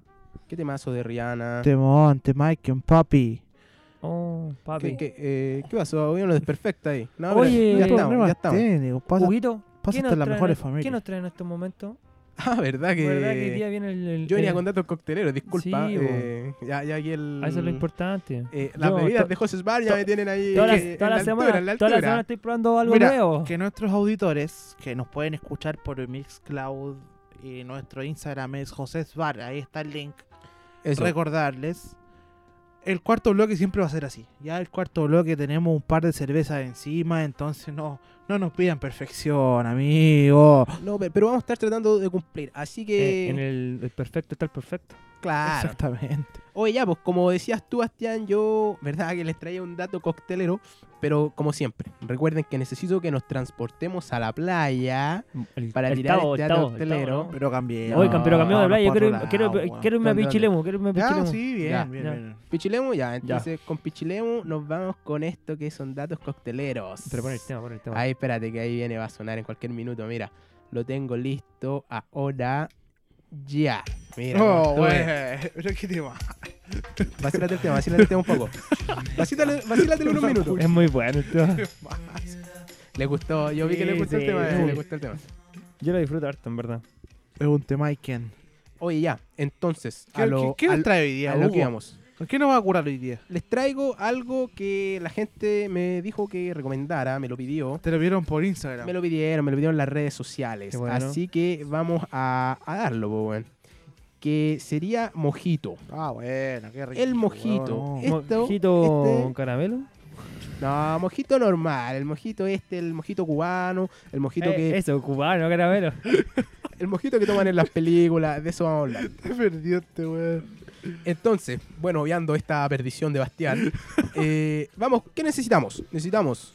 Qué temazo de Rihanna.
Temón, Temaiken, papi.
Oh,
¿Qué,
papi.
qué, eh, ¿qué pasó? Había uno desperfecto ahí. No, pero
Oye,
ya
¿qué
estamos, ya estamos.
Tiene, pasa,
Huguito,
pasa
¿qué nos
hasta las
trae
mejores
en-
familias.
¿Qué nos trae en estos momentos?
Ah, verdad que...
¿Verdad que hoy día viene el... el-
Yo venía
el-
con datos cocteleros, disculpa.
Sí,
eh, ya, ya aquí el...
Ah, Eso es lo importante.
eh, las
Yo,
bebidas
to-
de José Bar ya
to-
me tienen ahí
Todas
eh,
las
en
todas
la
las
altura, en la
semanas todas las
altura.
semanas estoy probando algo
Mira,
nuevo.
que nuestros auditores que nos pueden escuchar por Mixcloud y nuestro Instagram es José Sbar, ahí está el link.
Eso.
Recordarles, el cuarto bloque siempre va a ser así. Ya el cuarto bloque tenemos un par de cervezas encima, entonces no, no nos pidan perfección, amigo.
No, pe- pero vamos a estar tratando de cumplir. Así que...
Eh, en el, el perfecto está el perfecto.
Claro.
Exactamente.
Oye, ya, pues como decías tú, Bastián, yo, verdad que les traía un dato coctelero, pero como siempre, recuerden que necesito que nos transportemos a la playa
El,
para
el
tirar
tabo,
este
el
dato
tabo, el tabo,
telero.
¿no?
Pero cambié.
Oye, cam- pero
no,
cambiamos de
no,
playa. Yo
por
quiero,
otro
quiero,
lado, weón.
quiero irme a
Dale, dale.
Pichilemu. Quiero irme a
Ya,
Pichilemu.
sí, bien,
Ya,
bien,
ya.
bien.
Pichilemu, ya, entonces con Pichilemu nos vamos con esto que son datos cocteleros.
Pero pon el tema, pon el tema.
Ay, espérate, que ahí viene, va a sonar en cualquier minuto, mira, lo tengo listo ahora, ya. Mira,
Oh,
cómo estuve.
wey, pero qué tema.
vacílate el tema, vacílate el tema un poco. Vacílate, vacílatelo unos minutos.
Es muy bueno el tema.
Le gustó, yo vi que le
Sí,
gustó el
sí,
tema,
sí.
le gustó el tema.
Yo lo disfruto harto, en verdad.
Es un tema Iken.
Oye, ya, entonces,
¿Qué,
a lo,
qué- qué
a
nos
lo-
trae hoy día?
a lo que
Hugo?
íbamos.
¿Con ¿Qué nos va a curar hoy día?
Les traigo algo que la gente me dijo que recomendara, me lo pidió.
Te lo vieron por Instagram.
Me lo pidieron, me lo pidieron las redes sociales.
Qué bueno.
Así que vamos a, a darlo, po, weón. Que sería mojito.
Ah, bueno, qué rico.
El mojito.
weón.
Esto,
Mojito
este-
con caramelo.
No, mojito normal. El mojito este, el mojito cubano, el mojito
Eh,
que.
Eso, cubano, caramelo.
El mojito que toman en las películas, de eso vamos a hablar.
Te perdió este weón.
Entonces, bueno, obviando esta perdición de Bastián, eh, vamos, ¿qué necesitamos? Necesitamos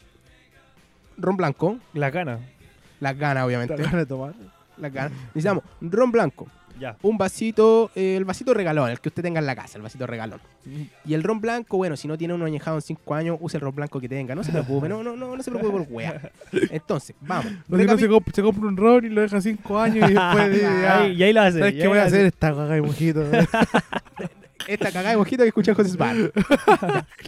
ron blanco,
La cana.
las ganas,
Te
obviamente.
acaban de tomar.
Las ganas. Necesitamos ron blanco,
Ya.
un vasito, eh, el vasito regalón, el que usted tenga en la casa, el vasito regalón. Y el ron blanco, bueno, si no tiene uno añejado en 5 años, use el ron blanco que tenga. No se preocupe, no, no, no, no se preocupe por wea. Entonces, vamos.
No, si no se,
Recapi-
comp- se compra un ron y lo deja 5 años y después dice, ah,
Ahí- y ahí lo hace.
¿sabes
y
qué
ahí
voy
lo
a
hace.
hacer? Esta caga de mojito.
Esta cagada de mojito que escucha José Sbar.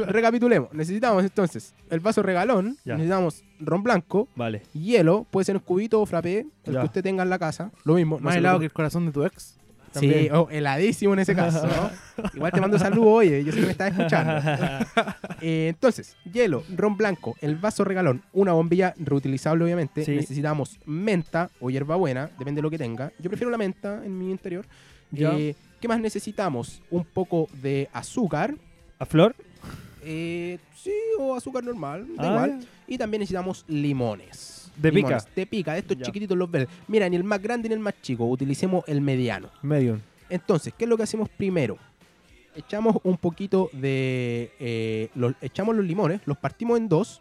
Recapitulemos. Necesitamos entonces el vaso regalón,
Ya.
necesitamos ron blanco,
Vale.
hielo, puede ser un cubito o frappé, el
Ya.
que usted tenga en la casa, lo mismo. no
Más
se
helado que
preocupe.
el corazón de tu ex.
Sí, oh, heladísimo en ese caso. ¿no? Igual te mando saludos, oye, eh, yo sé que me estás escuchando. Eh, entonces, hielo, ron blanco, el vaso regalón, una bombilla reutilizable obviamente,
Sí.
necesitamos menta o hierbabuena, depende de lo que tenga. Yo prefiero la menta en mi interior.
Ya.
Eh, ¿Qué más necesitamos? Un poco de azúcar.
¿A flor?
eh, sí, o azúcar normal, da
Ah,
igual. Y también necesitamos limones.
De pica.
Limones De pica, de estos
Ya.
chiquititos los verdes. Mira, ni el más grande ni el más chico. Utilicemos el mediano.
Medium.
Entonces, ¿qué es lo que hacemos primero? Echamos un poquito de. eh, los, echamos los limones, los partimos en dos.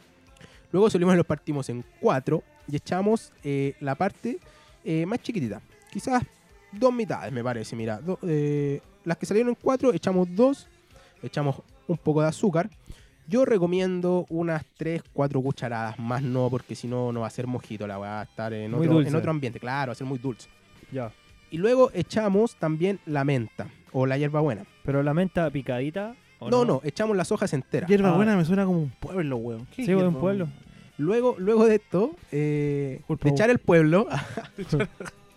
Luego esos limones los partimos en cuatro. Y echamos eh, la parte eh, más chiquitita. Quizás dos mitades, me parece. Mira, do- eh, las que salieron en cuatro, echamos dos. Echamos un poco de azúcar. Yo recomiendo unas 3, 4 cucharadas, más no, porque si no, no va a ser mojito la weá, va a estar en
Muy
otro,
dulce.
en otro ambiente, claro, va a ser muy dulce.
Ya.
Y luego echamos también la menta o la hierbabuena.
Pero la menta picadita. ¿o
No, no, echamos las hojas enteras.
Hierba
Ah.
buena me suena como un pueblo, weón. ¿Qué
Sí, weón, un
hierba
pueblo.
buena?
Luego, luego de esto, eh,
Disculpa,
de echar el pueblo.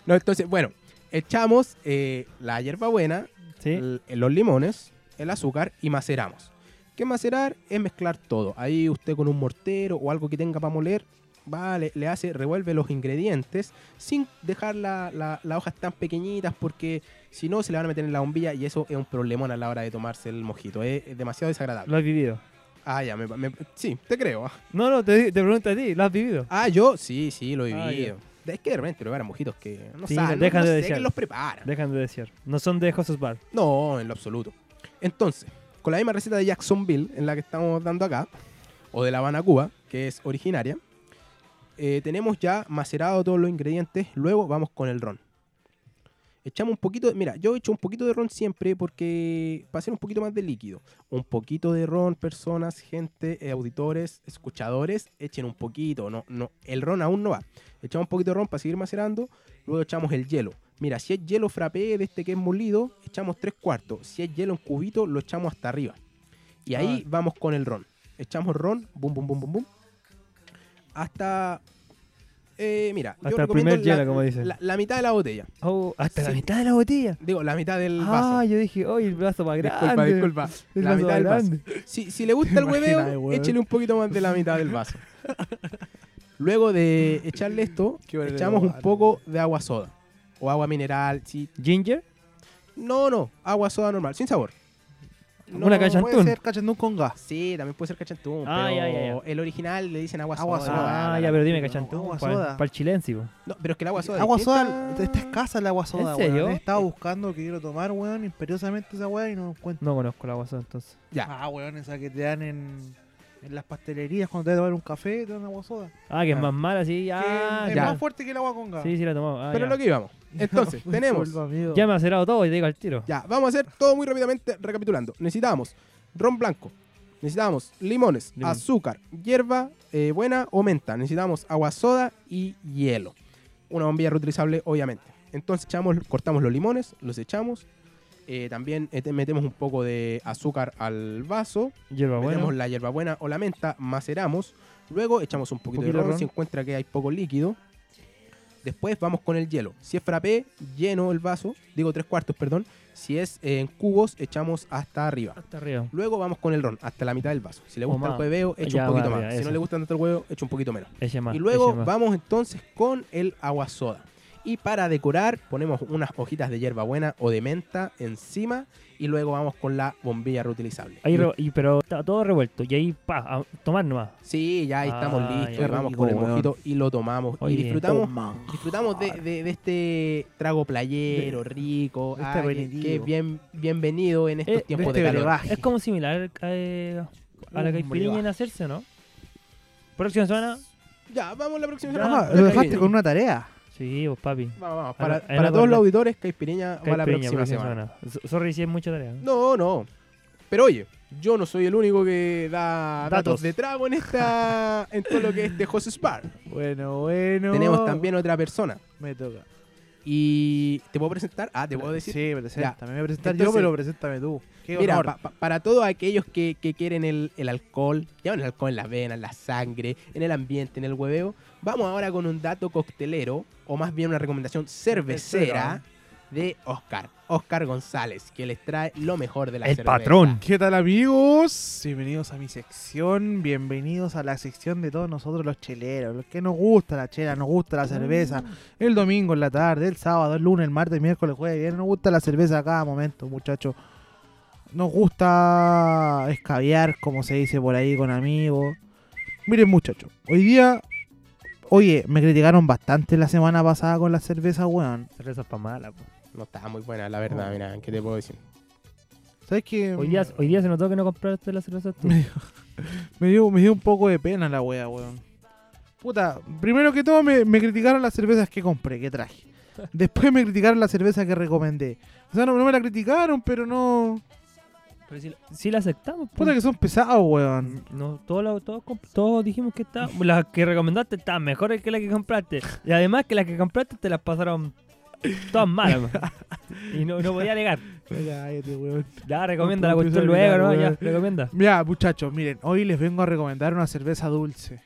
no, entonces, bueno, echamos eh, la hierbabuena,
Sí.
l- los limones, el azúcar y maceramos. Que macerar es mezclar todo. Ahí usted con un mortero o algo que tenga para moler, va, le, le hace, revuelve los ingredientes sin dejar la- la- las hojas tan pequeñitas porque si no se le van a meter en la bombilla y eso es un problemón a la hora de tomarse el mojito. Es, es demasiado desagradable.
Lo has vivido.
Ah, ya, me- me- sí, te creo.
No, no, te, te pregunto a ti, lo has vivido.
Ah, yo sí, sí, lo he
Ah,
vivido. es que de repente preparan mojitos que no
Sí,
saben, no-
deja
no
de
sé
desear.
quién los prepara.
Dejan de desear. No son de Josos Bar.
No, en lo absoluto. Entonces, con la misma receta de Jacksonville, en la que estamos dando acá, o de La Habana, Cuba, que es originaria, eh, tenemos ya macerado todos los ingredientes, luego vamos con el ron. Echamos un poquito, de- mira, yo echo un poquito de ron siempre porque para hacer un poquito más de líquido. Un poquito de ron, personas, gente, eh, auditores, escuchadores, echen un poquito, no, no, el ron aún no va. Echamos un poquito de ron para seguir macerando, luego echamos el hielo. Mira, si es hielo frappé de este que es molido, echamos tres cuartos. Si es hielo en cubito, lo echamos hasta arriba. Y ahí
Ah.
vamos con el ron. Echamos ron, bum, bum, bum, bum, bum. Hasta. eh, mira,
Hasta el primer
recomiendo la-
hielo, como dicen.
La, la mitad de la botella.
Oh, hasta la
Sí.
mitad de la botella.
Digo, la mitad del vaso.
ah, yo dije, oh, el brazo más grande.
Disculpa, disculpa.
El
La
vaso
mitad
más
del vaso.
grande.
Si, si le gusta el
imaginas,
hueveo,
weón?
échele un poquito más de la mitad del vaso. Luego de echarle esto,
Qué barbaridad.
echamos un poco de agua soda. O agua mineral, si
Ginger,
No, no, agua soda normal, sin sabor.
una cachantún.
Puede ser cachantún con gas.
Sí, también puede ser cachantún,
Ah,
pero
ya, ya,
el original le dicen agua soda.
Agua soda.
la,
Ah,
la, la.
ya, pero dime,
no,
cachantún.
Oh,
agua
Para
soda.
el chilense, po.
No, pero es que el agua soda. es
Agua soda,
distinta.
está escasa la agua soda,
serio?
weón. Estaba buscando que quiero tomar, weón, imperiosamente esa weá y no encuentro.
No conozco la guasón, entonces.
Ya.
Ah, weón, esa que te dan en, en las pastelerías cuando te vas a tomar un café, te dan agua soda.
Ah, que es
Ah.
más mala, sí. Ah,
Que es
ya.
más fuerte que el agua con gas.
Sí, sí, la tomamos. Ah,
Pero
ya.
lo que íbamos. Entonces, tenemos.
Disculpa, amigo.
ya me ha cerrado todo y te digo al tiro.
Ya, vamos a hacer todo muy rápidamente recapitulando. Necesitamos ron blanco. Necesitamos limones,
Limón.
azúcar, hierba eh, buena o menta. Necesitamos agua soda y hielo. Una bombilla reutilizable, obviamente. Entonces echamos, cortamos los limones, los echamos. Eh, también eh, te- metemos un poco de azúcar al vaso.
Hierba
Metemos
buena.
la hierbabuena o la menta, maceramos. Luego echamos un poquito,
Poquito
de
de
ron,
ron.
si encuentra que hay poco líquido. Después vamos con el hielo. Si es frappé, lleno el vaso, digo tres cuartos, perdón. Si es eh, en cubos, echamos hasta arriba.
Hasta arriba.
Luego vamos con el ron, hasta la mitad del vaso. Si le
O
gusta el
más.
hueveo, echa
Oh, Ya,
un poquito
más
más.
arriba,
Si
eso.
no le gusta tanto el huevo, echa un poquito menos.
Ese más.
Y luego
ese más.
vamos entonces con el agua soda. Y para decorar ponemos unas hojitas de hierbabuena o de menta encima y luego vamos con la bombilla reutilizable.
Ahí re- y, pero está todo revuelto. Y ahí, pa, a tomar nomás.
Sí, ya ahí estamos
Ah,
listos.
ya.
y vamos
Qué
con el
rico,
mojito y lo tomamos.
Oye,
y disfrutamos,
Toma.
disfrutamos de, de- de este trago playero, rico.
de
ah,
este
que-
aperitivo.
que bien, bienvenido en estos
Eh,
tiempos
de
de
este
calor.
brebaje.
Es como similar eh, a la
Un
caipirinha en
brebaje.
hacerse, ¿no? Próxima semana.
Ya, vamos a la próxima
Ya,
semana.
Ah,
Ya,
lo dejaste
cariño.
con una tarea.
Sí, vos, papi.
Vamos, vamos.
Ahora-
Para,
ahora
para
con
todos
la-
los auditores, Caipirinha va a la
Caipirinha,
próxima semana.
S- Sorry si es mucha tarea.
No,
¿no?
no. Pero oye, yo no soy el único que da datos
Datos.
de trago en esta en todo lo que es de José Spar.
Bueno, bueno.
Tenemos también otra persona.
Me toca.
Y te puedo presentar. Ah, te puedo decir.
Sí, preséntame. Voy a presentar yo,
Entonces-
pero preséntame tú. Qué
Mira,
honor.
pa- pa- para todos aquellos que, que quieren el, el alcohol, llevan el alcohol en las venas, en la sangre, en el ambiente, en el hueveo, vamos ahora con un dato coctelero, o más bien una recomendación cervecera de Oscar, Oscar González, que les trae lo mejor de la
El
cerveza.
patrón.
¿Qué tal amigos? Bienvenidos a mi sección, bienvenidos a la sección de todos nosotros los cheleros, los que nos gusta la chela, nos gusta
Mm.
la cerveza, el domingo en la tarde, el sábado, el lunes, el martes, el miércoles, el jueves, el viernes, nos gusta la cerveza a cada momento, muchachos. Nos gusta escabiar, como se dice por ahí con amigos. Miren muchachos, hoy día, oye, me criticaron bastante la semana pasada con la cerveza, weón.
Cervezas pa' mala, po.
No está muy buena, la verdad,
Oh.
mira, ¿qué te puedo decir?
¿Sabes qué?
Hoy día, hoy día se notó que no compraste la cerveza tú.
Me dio, me dio- me dio un poco de pena la wea, weón. Puta, primero que todo me, me criticaron las cervezas que compré, que traje. Después me criticaron la cerveza que recomendé. O sea, no, no me la criticaron, pero no.
Pero si, si la aceptamos, pues.
Puta que son pesados, weón.
No, todos los- todos comp- todos dijimos que está, las que recomendaste estaban mejores que las que compraste. Y además que las que compraste te las pasaron todas malas. man. y no, no podía alegar.
Cállate, weón.
Ya, recomienda la
No puedo
cuestión
empezar a
luego, ¿no?
mirar,
Ya,
weón.
recomienda.
Mira, muchachos, miren, hoy les vengo a recomendar una cerveza dulce.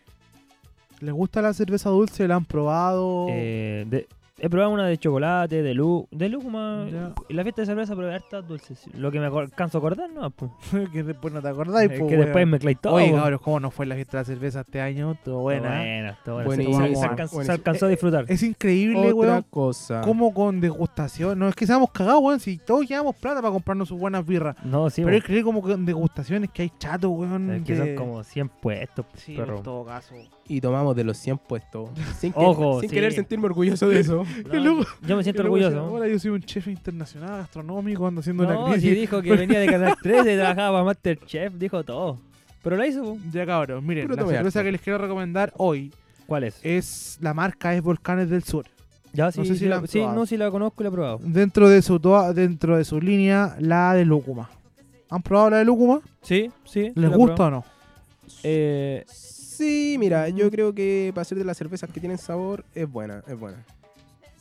¿Les gusta la cerveza dulce? ¿La han probado?
Eh, de- he probado una de chocolate, de luz. De luz, más.
Ya.
En la fiesta de cerveza probé hartas dulces. Lo que me acor- alcanzo a acordar, ¿no? Pues,
que después no te acordáis,
es
po,
eh, que
weón.
después mezcláis todo.
Oye,
pues.
cabros, ¿cómo no fue la fiesta de la cerveza este año? Todo buena. ¿eh?
Bueno, está bueno.
Buenísimo,
Se- se- se, alcanzó,
buenísimo.
se alcanzó a Eh, disfrutar.
Es increíble,
Otra
weón.
Ah.
cosa.
Como con degustación. No es que seamos cagados, weón. Si todos llevamos plata para comprarnos sus buenas birras.
no, sí,
Pero
pues.
es creer como que con degustaciones que hay chato, weón.
Es que mm,
de-
son como 100 puestos. pues,
Sí,
perro.
en todo caso.
Y tomamos de los 100 puestos. Sin, que-
Ojo,
sin
sí.
querer sentirme orgulloso de eso.
No,
Qué loco.
Yo me siento
Y luego decía,
orgulloso.
Hola, yo soy un chef internacional gastronómico ando haciendo una
No, si
crítica.
dijo que venía de Canal 13 y trabajaba para Masterchef, dijo todo. Pero la hizo. po.
Ya cabros, miren,
Pero
la
tomé
cerveza
harto.
que les quiero recomendar hoy
¿Cuál es?
es la marca es Volcanes del Sur.
ya, sí,
Eh, sé si
sí,
la han
sí,
probado.
no, sí la conozco y la he probado.
Dentro de su toa- dentro de su línea la de lúcuma. ¿Han probado la de lúcuma?
Sí, sí. sí la
¿Les
he
gusta
probado.
o no?
Eh,
Sí, mira, yo creo que para ser de las cervezas que tienen sabor, es buena, es buena.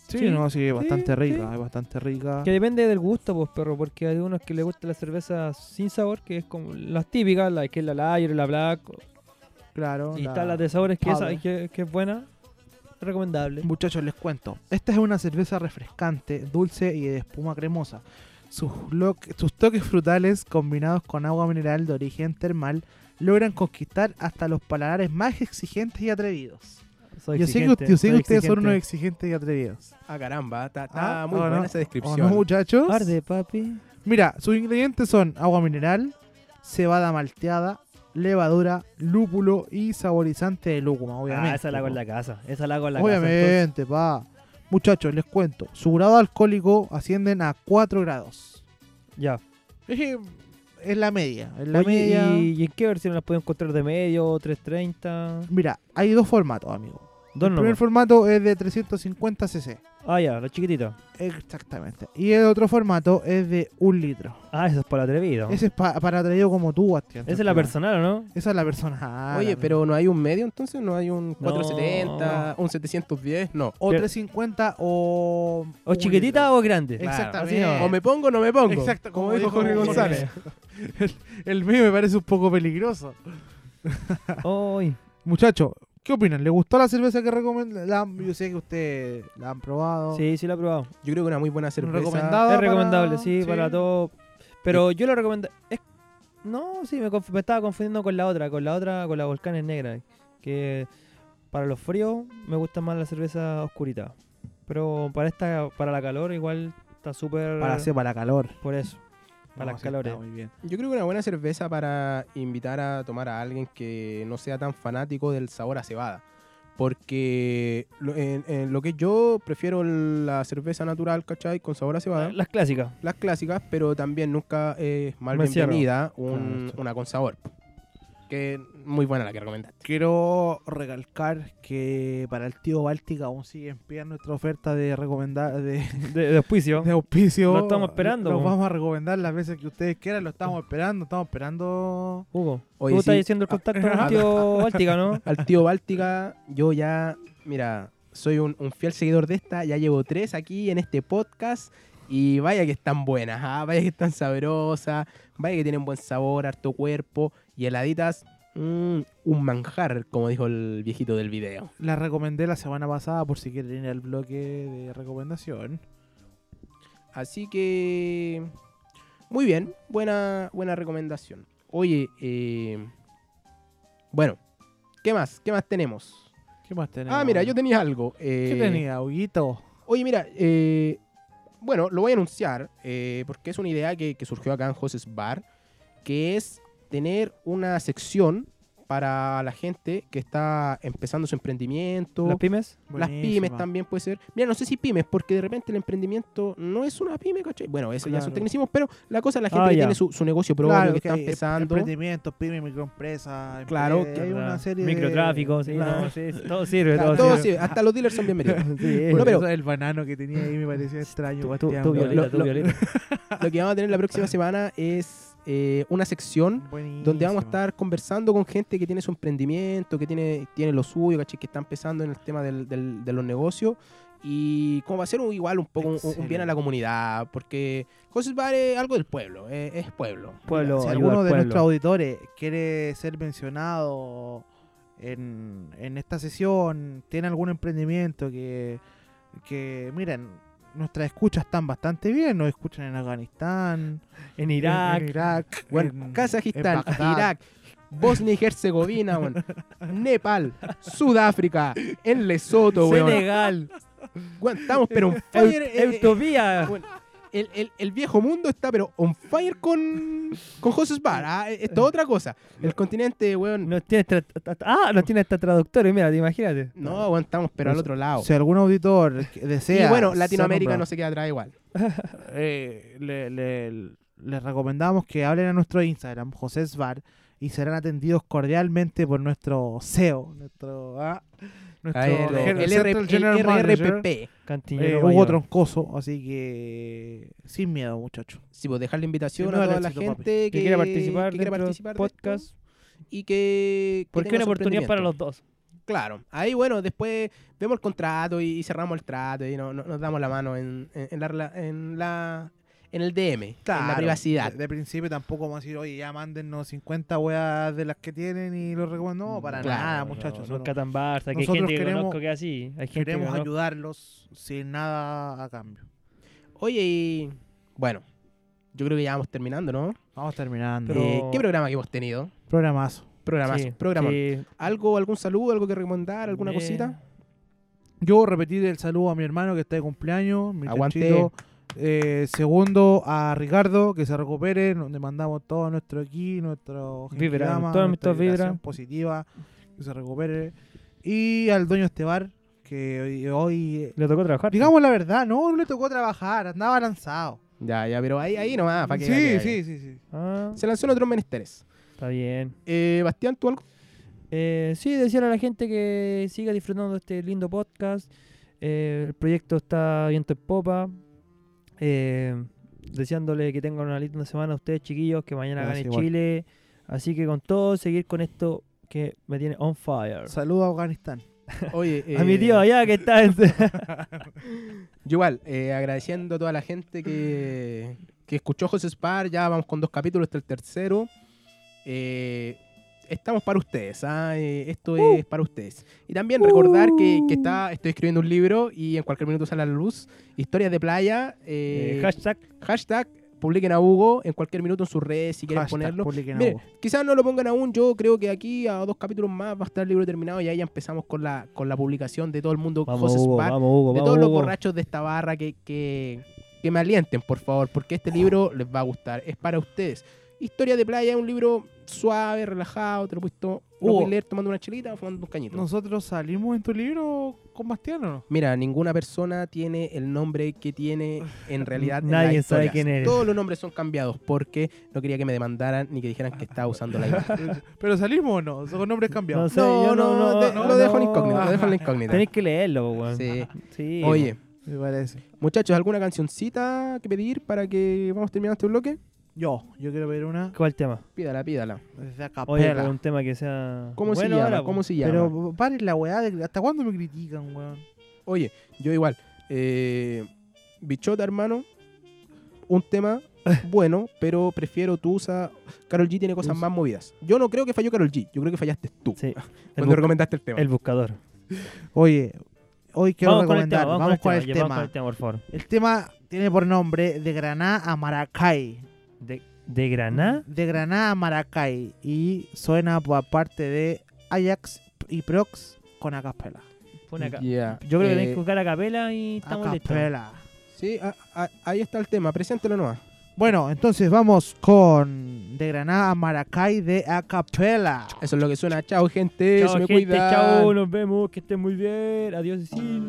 Sí,
Sí,
no, sí, es bastante
sí.
rica, es bastante rica.
que depende del gusto, pues, perro, porque hay unos que les gusta la cerveza sin sabor, que es como las típicas, la que es la Lager, la Black,
Claro.
y
Oh, la-
están las de sabores que, esa,
Pale.
que, que es buena, recomendable.
Muchachos, les cuento. Esta es una cerveza refrescante, dulce y de espuma cremosa. Sus, lo- sus toques frutales combinados con agua mineral de origen termal logran conquistar hasta los paladares más exigentes y atrevidos.
Soy
yo sé que,
exigente,
yo sé que
soy
ustedes son unos
exigente.
exigentes y atrevidos.
Ah, caramba, está
Ah,
está muy
¿o
buena
no?
esa
¿O
descripción.
no, muchachos?
Arde, papi.
Mira, sus ingredientes son agua mineral, cebada malteada, levadura, lúpulo y saborizante de lúcuma, obviamente.
Ah, esa la hago en la casa. Esa la hago en la casa.
Obviamente, pa. Muchachos, les cuento. Su grado alcohólico ascienden a 4 grados.
entonces. Ya.
Es que es la media. Es la
Oye,
media.
¿y, y en qué versión las puedo encontrar de medio? 330.
Mira, hay dos formatos, amigo.
Dos
el
nomás.
primer formato es de 350 cc.
Ah, ya, la chiquitita.
Exactamente. Y el otro formato es de un litro.
Ah, esa es para el atrevido.
Ese es pa- para traído como tú, Bastián.
Esa es la personal, ¿o no?
Esa es la persona.
Oye, pero no hay un medio entonces, no hay un 470, un 710, no.
O
pero-
350 o.
¿O chiquitita o grande?
Exactamente.
Así
O me pongo o no me pongo.
Exacto,
como, dijo Jorge González.
el, el mío me parece un poco peligroso.
no. Ay,
Muchachos, ¿qué opinan? ¿Le gustó la cerveza que recomendamos? Yo sé que ustedes la han probado.
sí, sí la he probado.
Yo creo que una muy buena cerveza.
Recomendado.
es
Para-
recomendable, sí,
sí.
para todo. Pero yo lo recomiendo... es- No, sí, me, conf- me estaba confundiendo con la otra, con la otra, con la Volcanes Negra. Que para los fríos me gusta más la cerveza oscurita. Pero para esta, para la calor igual está súper...
Para hacer para calor.
Por eso. Para eh.
No,
las
sí, está
calores.
muy bien.
Yo creo que una buena cerveza para invitar a tomar a alguien que no sea tan fanático del sabor a cebada. Porque lo, en, en lo que yo prefiero la cerveza natural, ¿cachai? Con sabor a
Ah.
cebada.
Las clásicas.
las clásicas, pero también nunca es mal
Me Ah, cierro.
bienvenida
Claro,
un-
esto.
una con sabor. Que muy buena la que recomendaste.
Quiero recalcar que para el tío Báltica aún sigue en pie nuestra oferta de recomendar de,
De, de auspicio.
de auspicio.
Lo estamos esperando,
Nos
po.
vamos a recomendar las veces que ustedes quieran. Lo estamos esperando. Estamos esperando.
Hugo,
Oye,
tú
sí.
estás haciendo el contacto con el
Ah.
tío Báltica, ¿no?
Al tío Báltica, yo ya, mira, soy un, un fiel seguidor de esta, ya llevo tres aquí en este podcast y vaya que están buenas, ah, vaya que están sabrosas, vaya que tienen buen sabor, harto cuerpo y heladitas, mm, un manjar, como dijo el viejito del video.
La recomendé la semana pasada por si quieren ir al bloque de recomendación.
Así que. Muy bien, buena, buena recomendación. Oye, eh, bueno, ¿qué más? ¿Qué más tenemos?
¿Qué más tenemos?
Ah, mira, yo tenía algo. eh,
¿Qué tenía, Huguito?
Oye, mira, eh, bueno, lo voy a anunciar eh, porque es una idea que, que surgió acá en Jose's Bar, que es tener una sección para la gente que está empezando su emprendimiento.
Las pymes.
Las pymes también puede ser. Mira, no sé si pymes, porque de repente el emprendimiento no es una pyme, ¿cachai? Bueno, eso ya son
Claro.
tecnicismos, pero la cosa es la gente
Ah,
que
ya.
tiene su, su negocio propio,
Claro,
que está
hay
empezando.
Emprendimientos, pymes, microempresas.
Claro,
empresas, hay una serie de-
Microtráfico, sí,
Claro.
no, sí, sí, todo sirve,
Claro,
todo,
Todo
sirve.
sirve, hasta los dealers son bienvenidos.
Sí,
Bueno,
Bueno,
pero-
pero el banano que tenía ahí me parecía
tú,
extraño.
tú,
Bastián,
tú
weón.
violita,
lo-
tú
lo-
violita.
Lo que vamos a tener la próxima semana es eh, una sección donde vamos a
Buenísimo.
estar conversando con gente que tiene su emprendimiento, que tiene, tiene lo suyo, ¿cachai? que está empezando en el tema del- del- de los negocios. Y como va a ser un- igual un poco un- un, bien a la comunidad, porque José Bar es algo del pueblo, es, es pueblo.
Pueblo,
si
ayuda
alguno
al
de
pueblo.
nuestros auditores quiere ser mencionado en, en esta sesión, tiene algún emprendimiento que, que, miren, nuestras escuchas están bastante bien, nos escuchan en Afganistán,
En
en-
Irak,
en Irak,
Bueno,
en-
Kazajistán,
en Bagdad.
Irak, Bosnia y Herzegovina, weón, Nepal, Sudáfrica, en Lesoto, weón.
Senegal,
Weón, estamos pero on
Eu-
fire. eh, eh,
Eutovía.
Bueno, el, el- el viejo mundo está, pero on fire con, con José Bar. ah, Esto es otra cosa. El continente, weón.
Nos tiene tra- ta- ta- ah, nos tiene hasta traductores, mira, te imagínate.
No, weón, estamos, pero al otro lado.
Si algún auditor que desea.
y bueno,
ser
Latinoamérica
nombrado,
no se queda atrás igual.
eh, le, le- les recomendamos que hablen a nuestro Instagram, José Svar, y serán atendidos cordialmente por nuestro CEO, nuestro, ah, nuestro
Ahí el,
Gen-
el
Central
R- el
General Manager,
RRPP.
eh,
Cantillero
Hugo
Mayor.
Troncoso. Así que sin miedo, muchachos.
Sí, pues dejar la invitación a
Sin duda,
toda la
éxito, papi.
gente que,
que quiera participar,
que quiera
dentro del
participar de esto
podcast,
y que. que
porque
tenga
una
su
oportunidad para
emprendimiento.
los dos.
Claro. Ahí, bueno, después vemos el contrato y, y cerramos el trato y no- no- nos damos la mano en, en- en la, rela- en, la, en el DM, en la privacidad.
De, de principio tampoco vamos a decir, oye, ya mándennos 50 weas de las que tienen y los recomendamos. No, para
Mm, Claro,
nada,
No,
Ah, muchachos.
No,
solo
nunca tan basta, que hay
Nosotros
gente que
queremos-
conozco que es así. Hay gente que
queremos
conozco-
ayudarlos sin nada a cambio.
Oye, y bueno, yo creo que ya vamos terminando, ¿no?
Vamos terminando.
Pero-
Eh, ¿Qué programa que hemos tenido?
Programazo.
Programazo,
sí,
programa.
sí.
¿Algo, algún saludo, algo que recomendar, alguna
Eh,
cosita?
Yo repetir el saludo a mi hermano que está de cumpleaños, mi
Aguante.
chanchito. Eh, segundo a Ricardo, que se recupere. Nos le mandamos todo nuestro aquí, nuestro
Vibra,
gentilama,
todas
nuestra
nuestras vibras.
vibración positiva, que se recupere. Y al dueño de este bar, que hoy, hoy, eh,
Le tocó trabajar.
digamos la verdad, no le tocó trabajar, andaba lanzado.
Ya, ya, pero ahí, ahí nomás, Ah, para que
sí,
para que-
sí, sí, sí.
Ah,
Se lanzó en otros menesteres.
está bien.
Eh, Bastián, ¿tú algo?
Eh, sí, decirle a la gente que siga disfrutando de este lindo podcast. Eh, el proyecto está viento en popa. Eh, deseándole que tengan una linda semana a ustedes, chiquillos, que mañana
Gracias,
gane
igual.
Chile. Así que con todo, seguir con esto que me tiene on fire.
Saludo a Afganistán.
Oye,
A mi
eh,
tío allá que está en...
Yo igual, eh, agradeciendo a toda la gente que, que escuchó José Spar, ya vamos con dos capítulos, este es el tercero. Eh, estamos para ustedes, ¿ah? Eh, esto
Uh.
es para ustedes. Y también recordar que, que está, estoy escribiendo un libro y en cualquier minuto sale a la luz, Historias de Playa, eh,
Eh, hashtag
hashtag, publiquen a Hugo en cualquier minuto en sus redes si quieren
Hashtag
ponerlo.
publiquen
Mire,
algo.
quizás no lo pongan aún, yo creo que aquí a dos capítulos más va a estar el libro terminado y ahí ya empezamos con la, con la publicación de todo el mundo
Vamos
José
Hugo,
Spar
vamos Hugo,
de
vamos
todos los
Hugo.
borrachos de esta barra que, que, que me alienten, por favor, porque este libro les va a gustar. Es para ustedes. Historia de playa es un libro suave, relajado, te lo he puesto lo
Hugo.
voy a leer tomando una chelita o fumando un cañito.
¿Nosotros salimos en tu libro con Bastián o no?
Mira, ninguna persona tiene el nombre que tiene en realidad. en
Nadie
las
sabe
historias.
quién eres.
Todos los nombres son cambiados porque no quería que me demandaran ni que dijeran que estaba usando la imagen.
Pero salimos o no, con nombres cambiados.
No sé, yo no- no-
de-
no-
lo dejo en
no.
incógnito, lo dejo en la incógnita.
Tenéis que leerlo, po, weón.
Sí.
Sí,
Oye,
Me parece.
muchachos, ¿alguna cancioncita que pedir para que vamos terminando este bloque?
Yo, yo quiero ver una
¿Cuál tema?
Pídala, pídala.
desde acá.
Oye, pero un tema que sea.
¿Cómo se
bueno
llama?
ahora, po.
¿Cómo se llama?
Pero paren la weá, de- ¿hasta cuándo me critican, weón?
Oye, yo igual. eh, bichota, hermano. Un tema bueno, pero prefiero tú usa. Carol G tiene cosas
Tusa.
más movidas. Yo no creo que falló Carol G. Yo creo que fallaste tú.
Sí. El,
Cuando
bu-
recomendaste el tema.
el buscador.
Oye, hoy quiero
vamos con el tema,
recomendar,
vamos,
vamos con el
ya,
tema.
vamos con el tema, por favor.
El tema tiene por nombre De Granada a Maracay.
De, de Granada.
De Granada a Maracay. Y suena por parte de Ajax y Prox con Acapela.
Fue una ca-
Yeah.
Yo creo que
Eh,
tenés que buscar a capela y estamos listos.
Acapela.
Sí, a- a- ahí está el tema. Preséntelo nomás.
Bueno, entonces vamos con De Granada a Maracay de Acapela.
Eso es lo que suena. Chao, gente.
Chao,
se me
gente,
cuidan.
chao, nos vemos, que estén muy bien. Adiós, Cecil.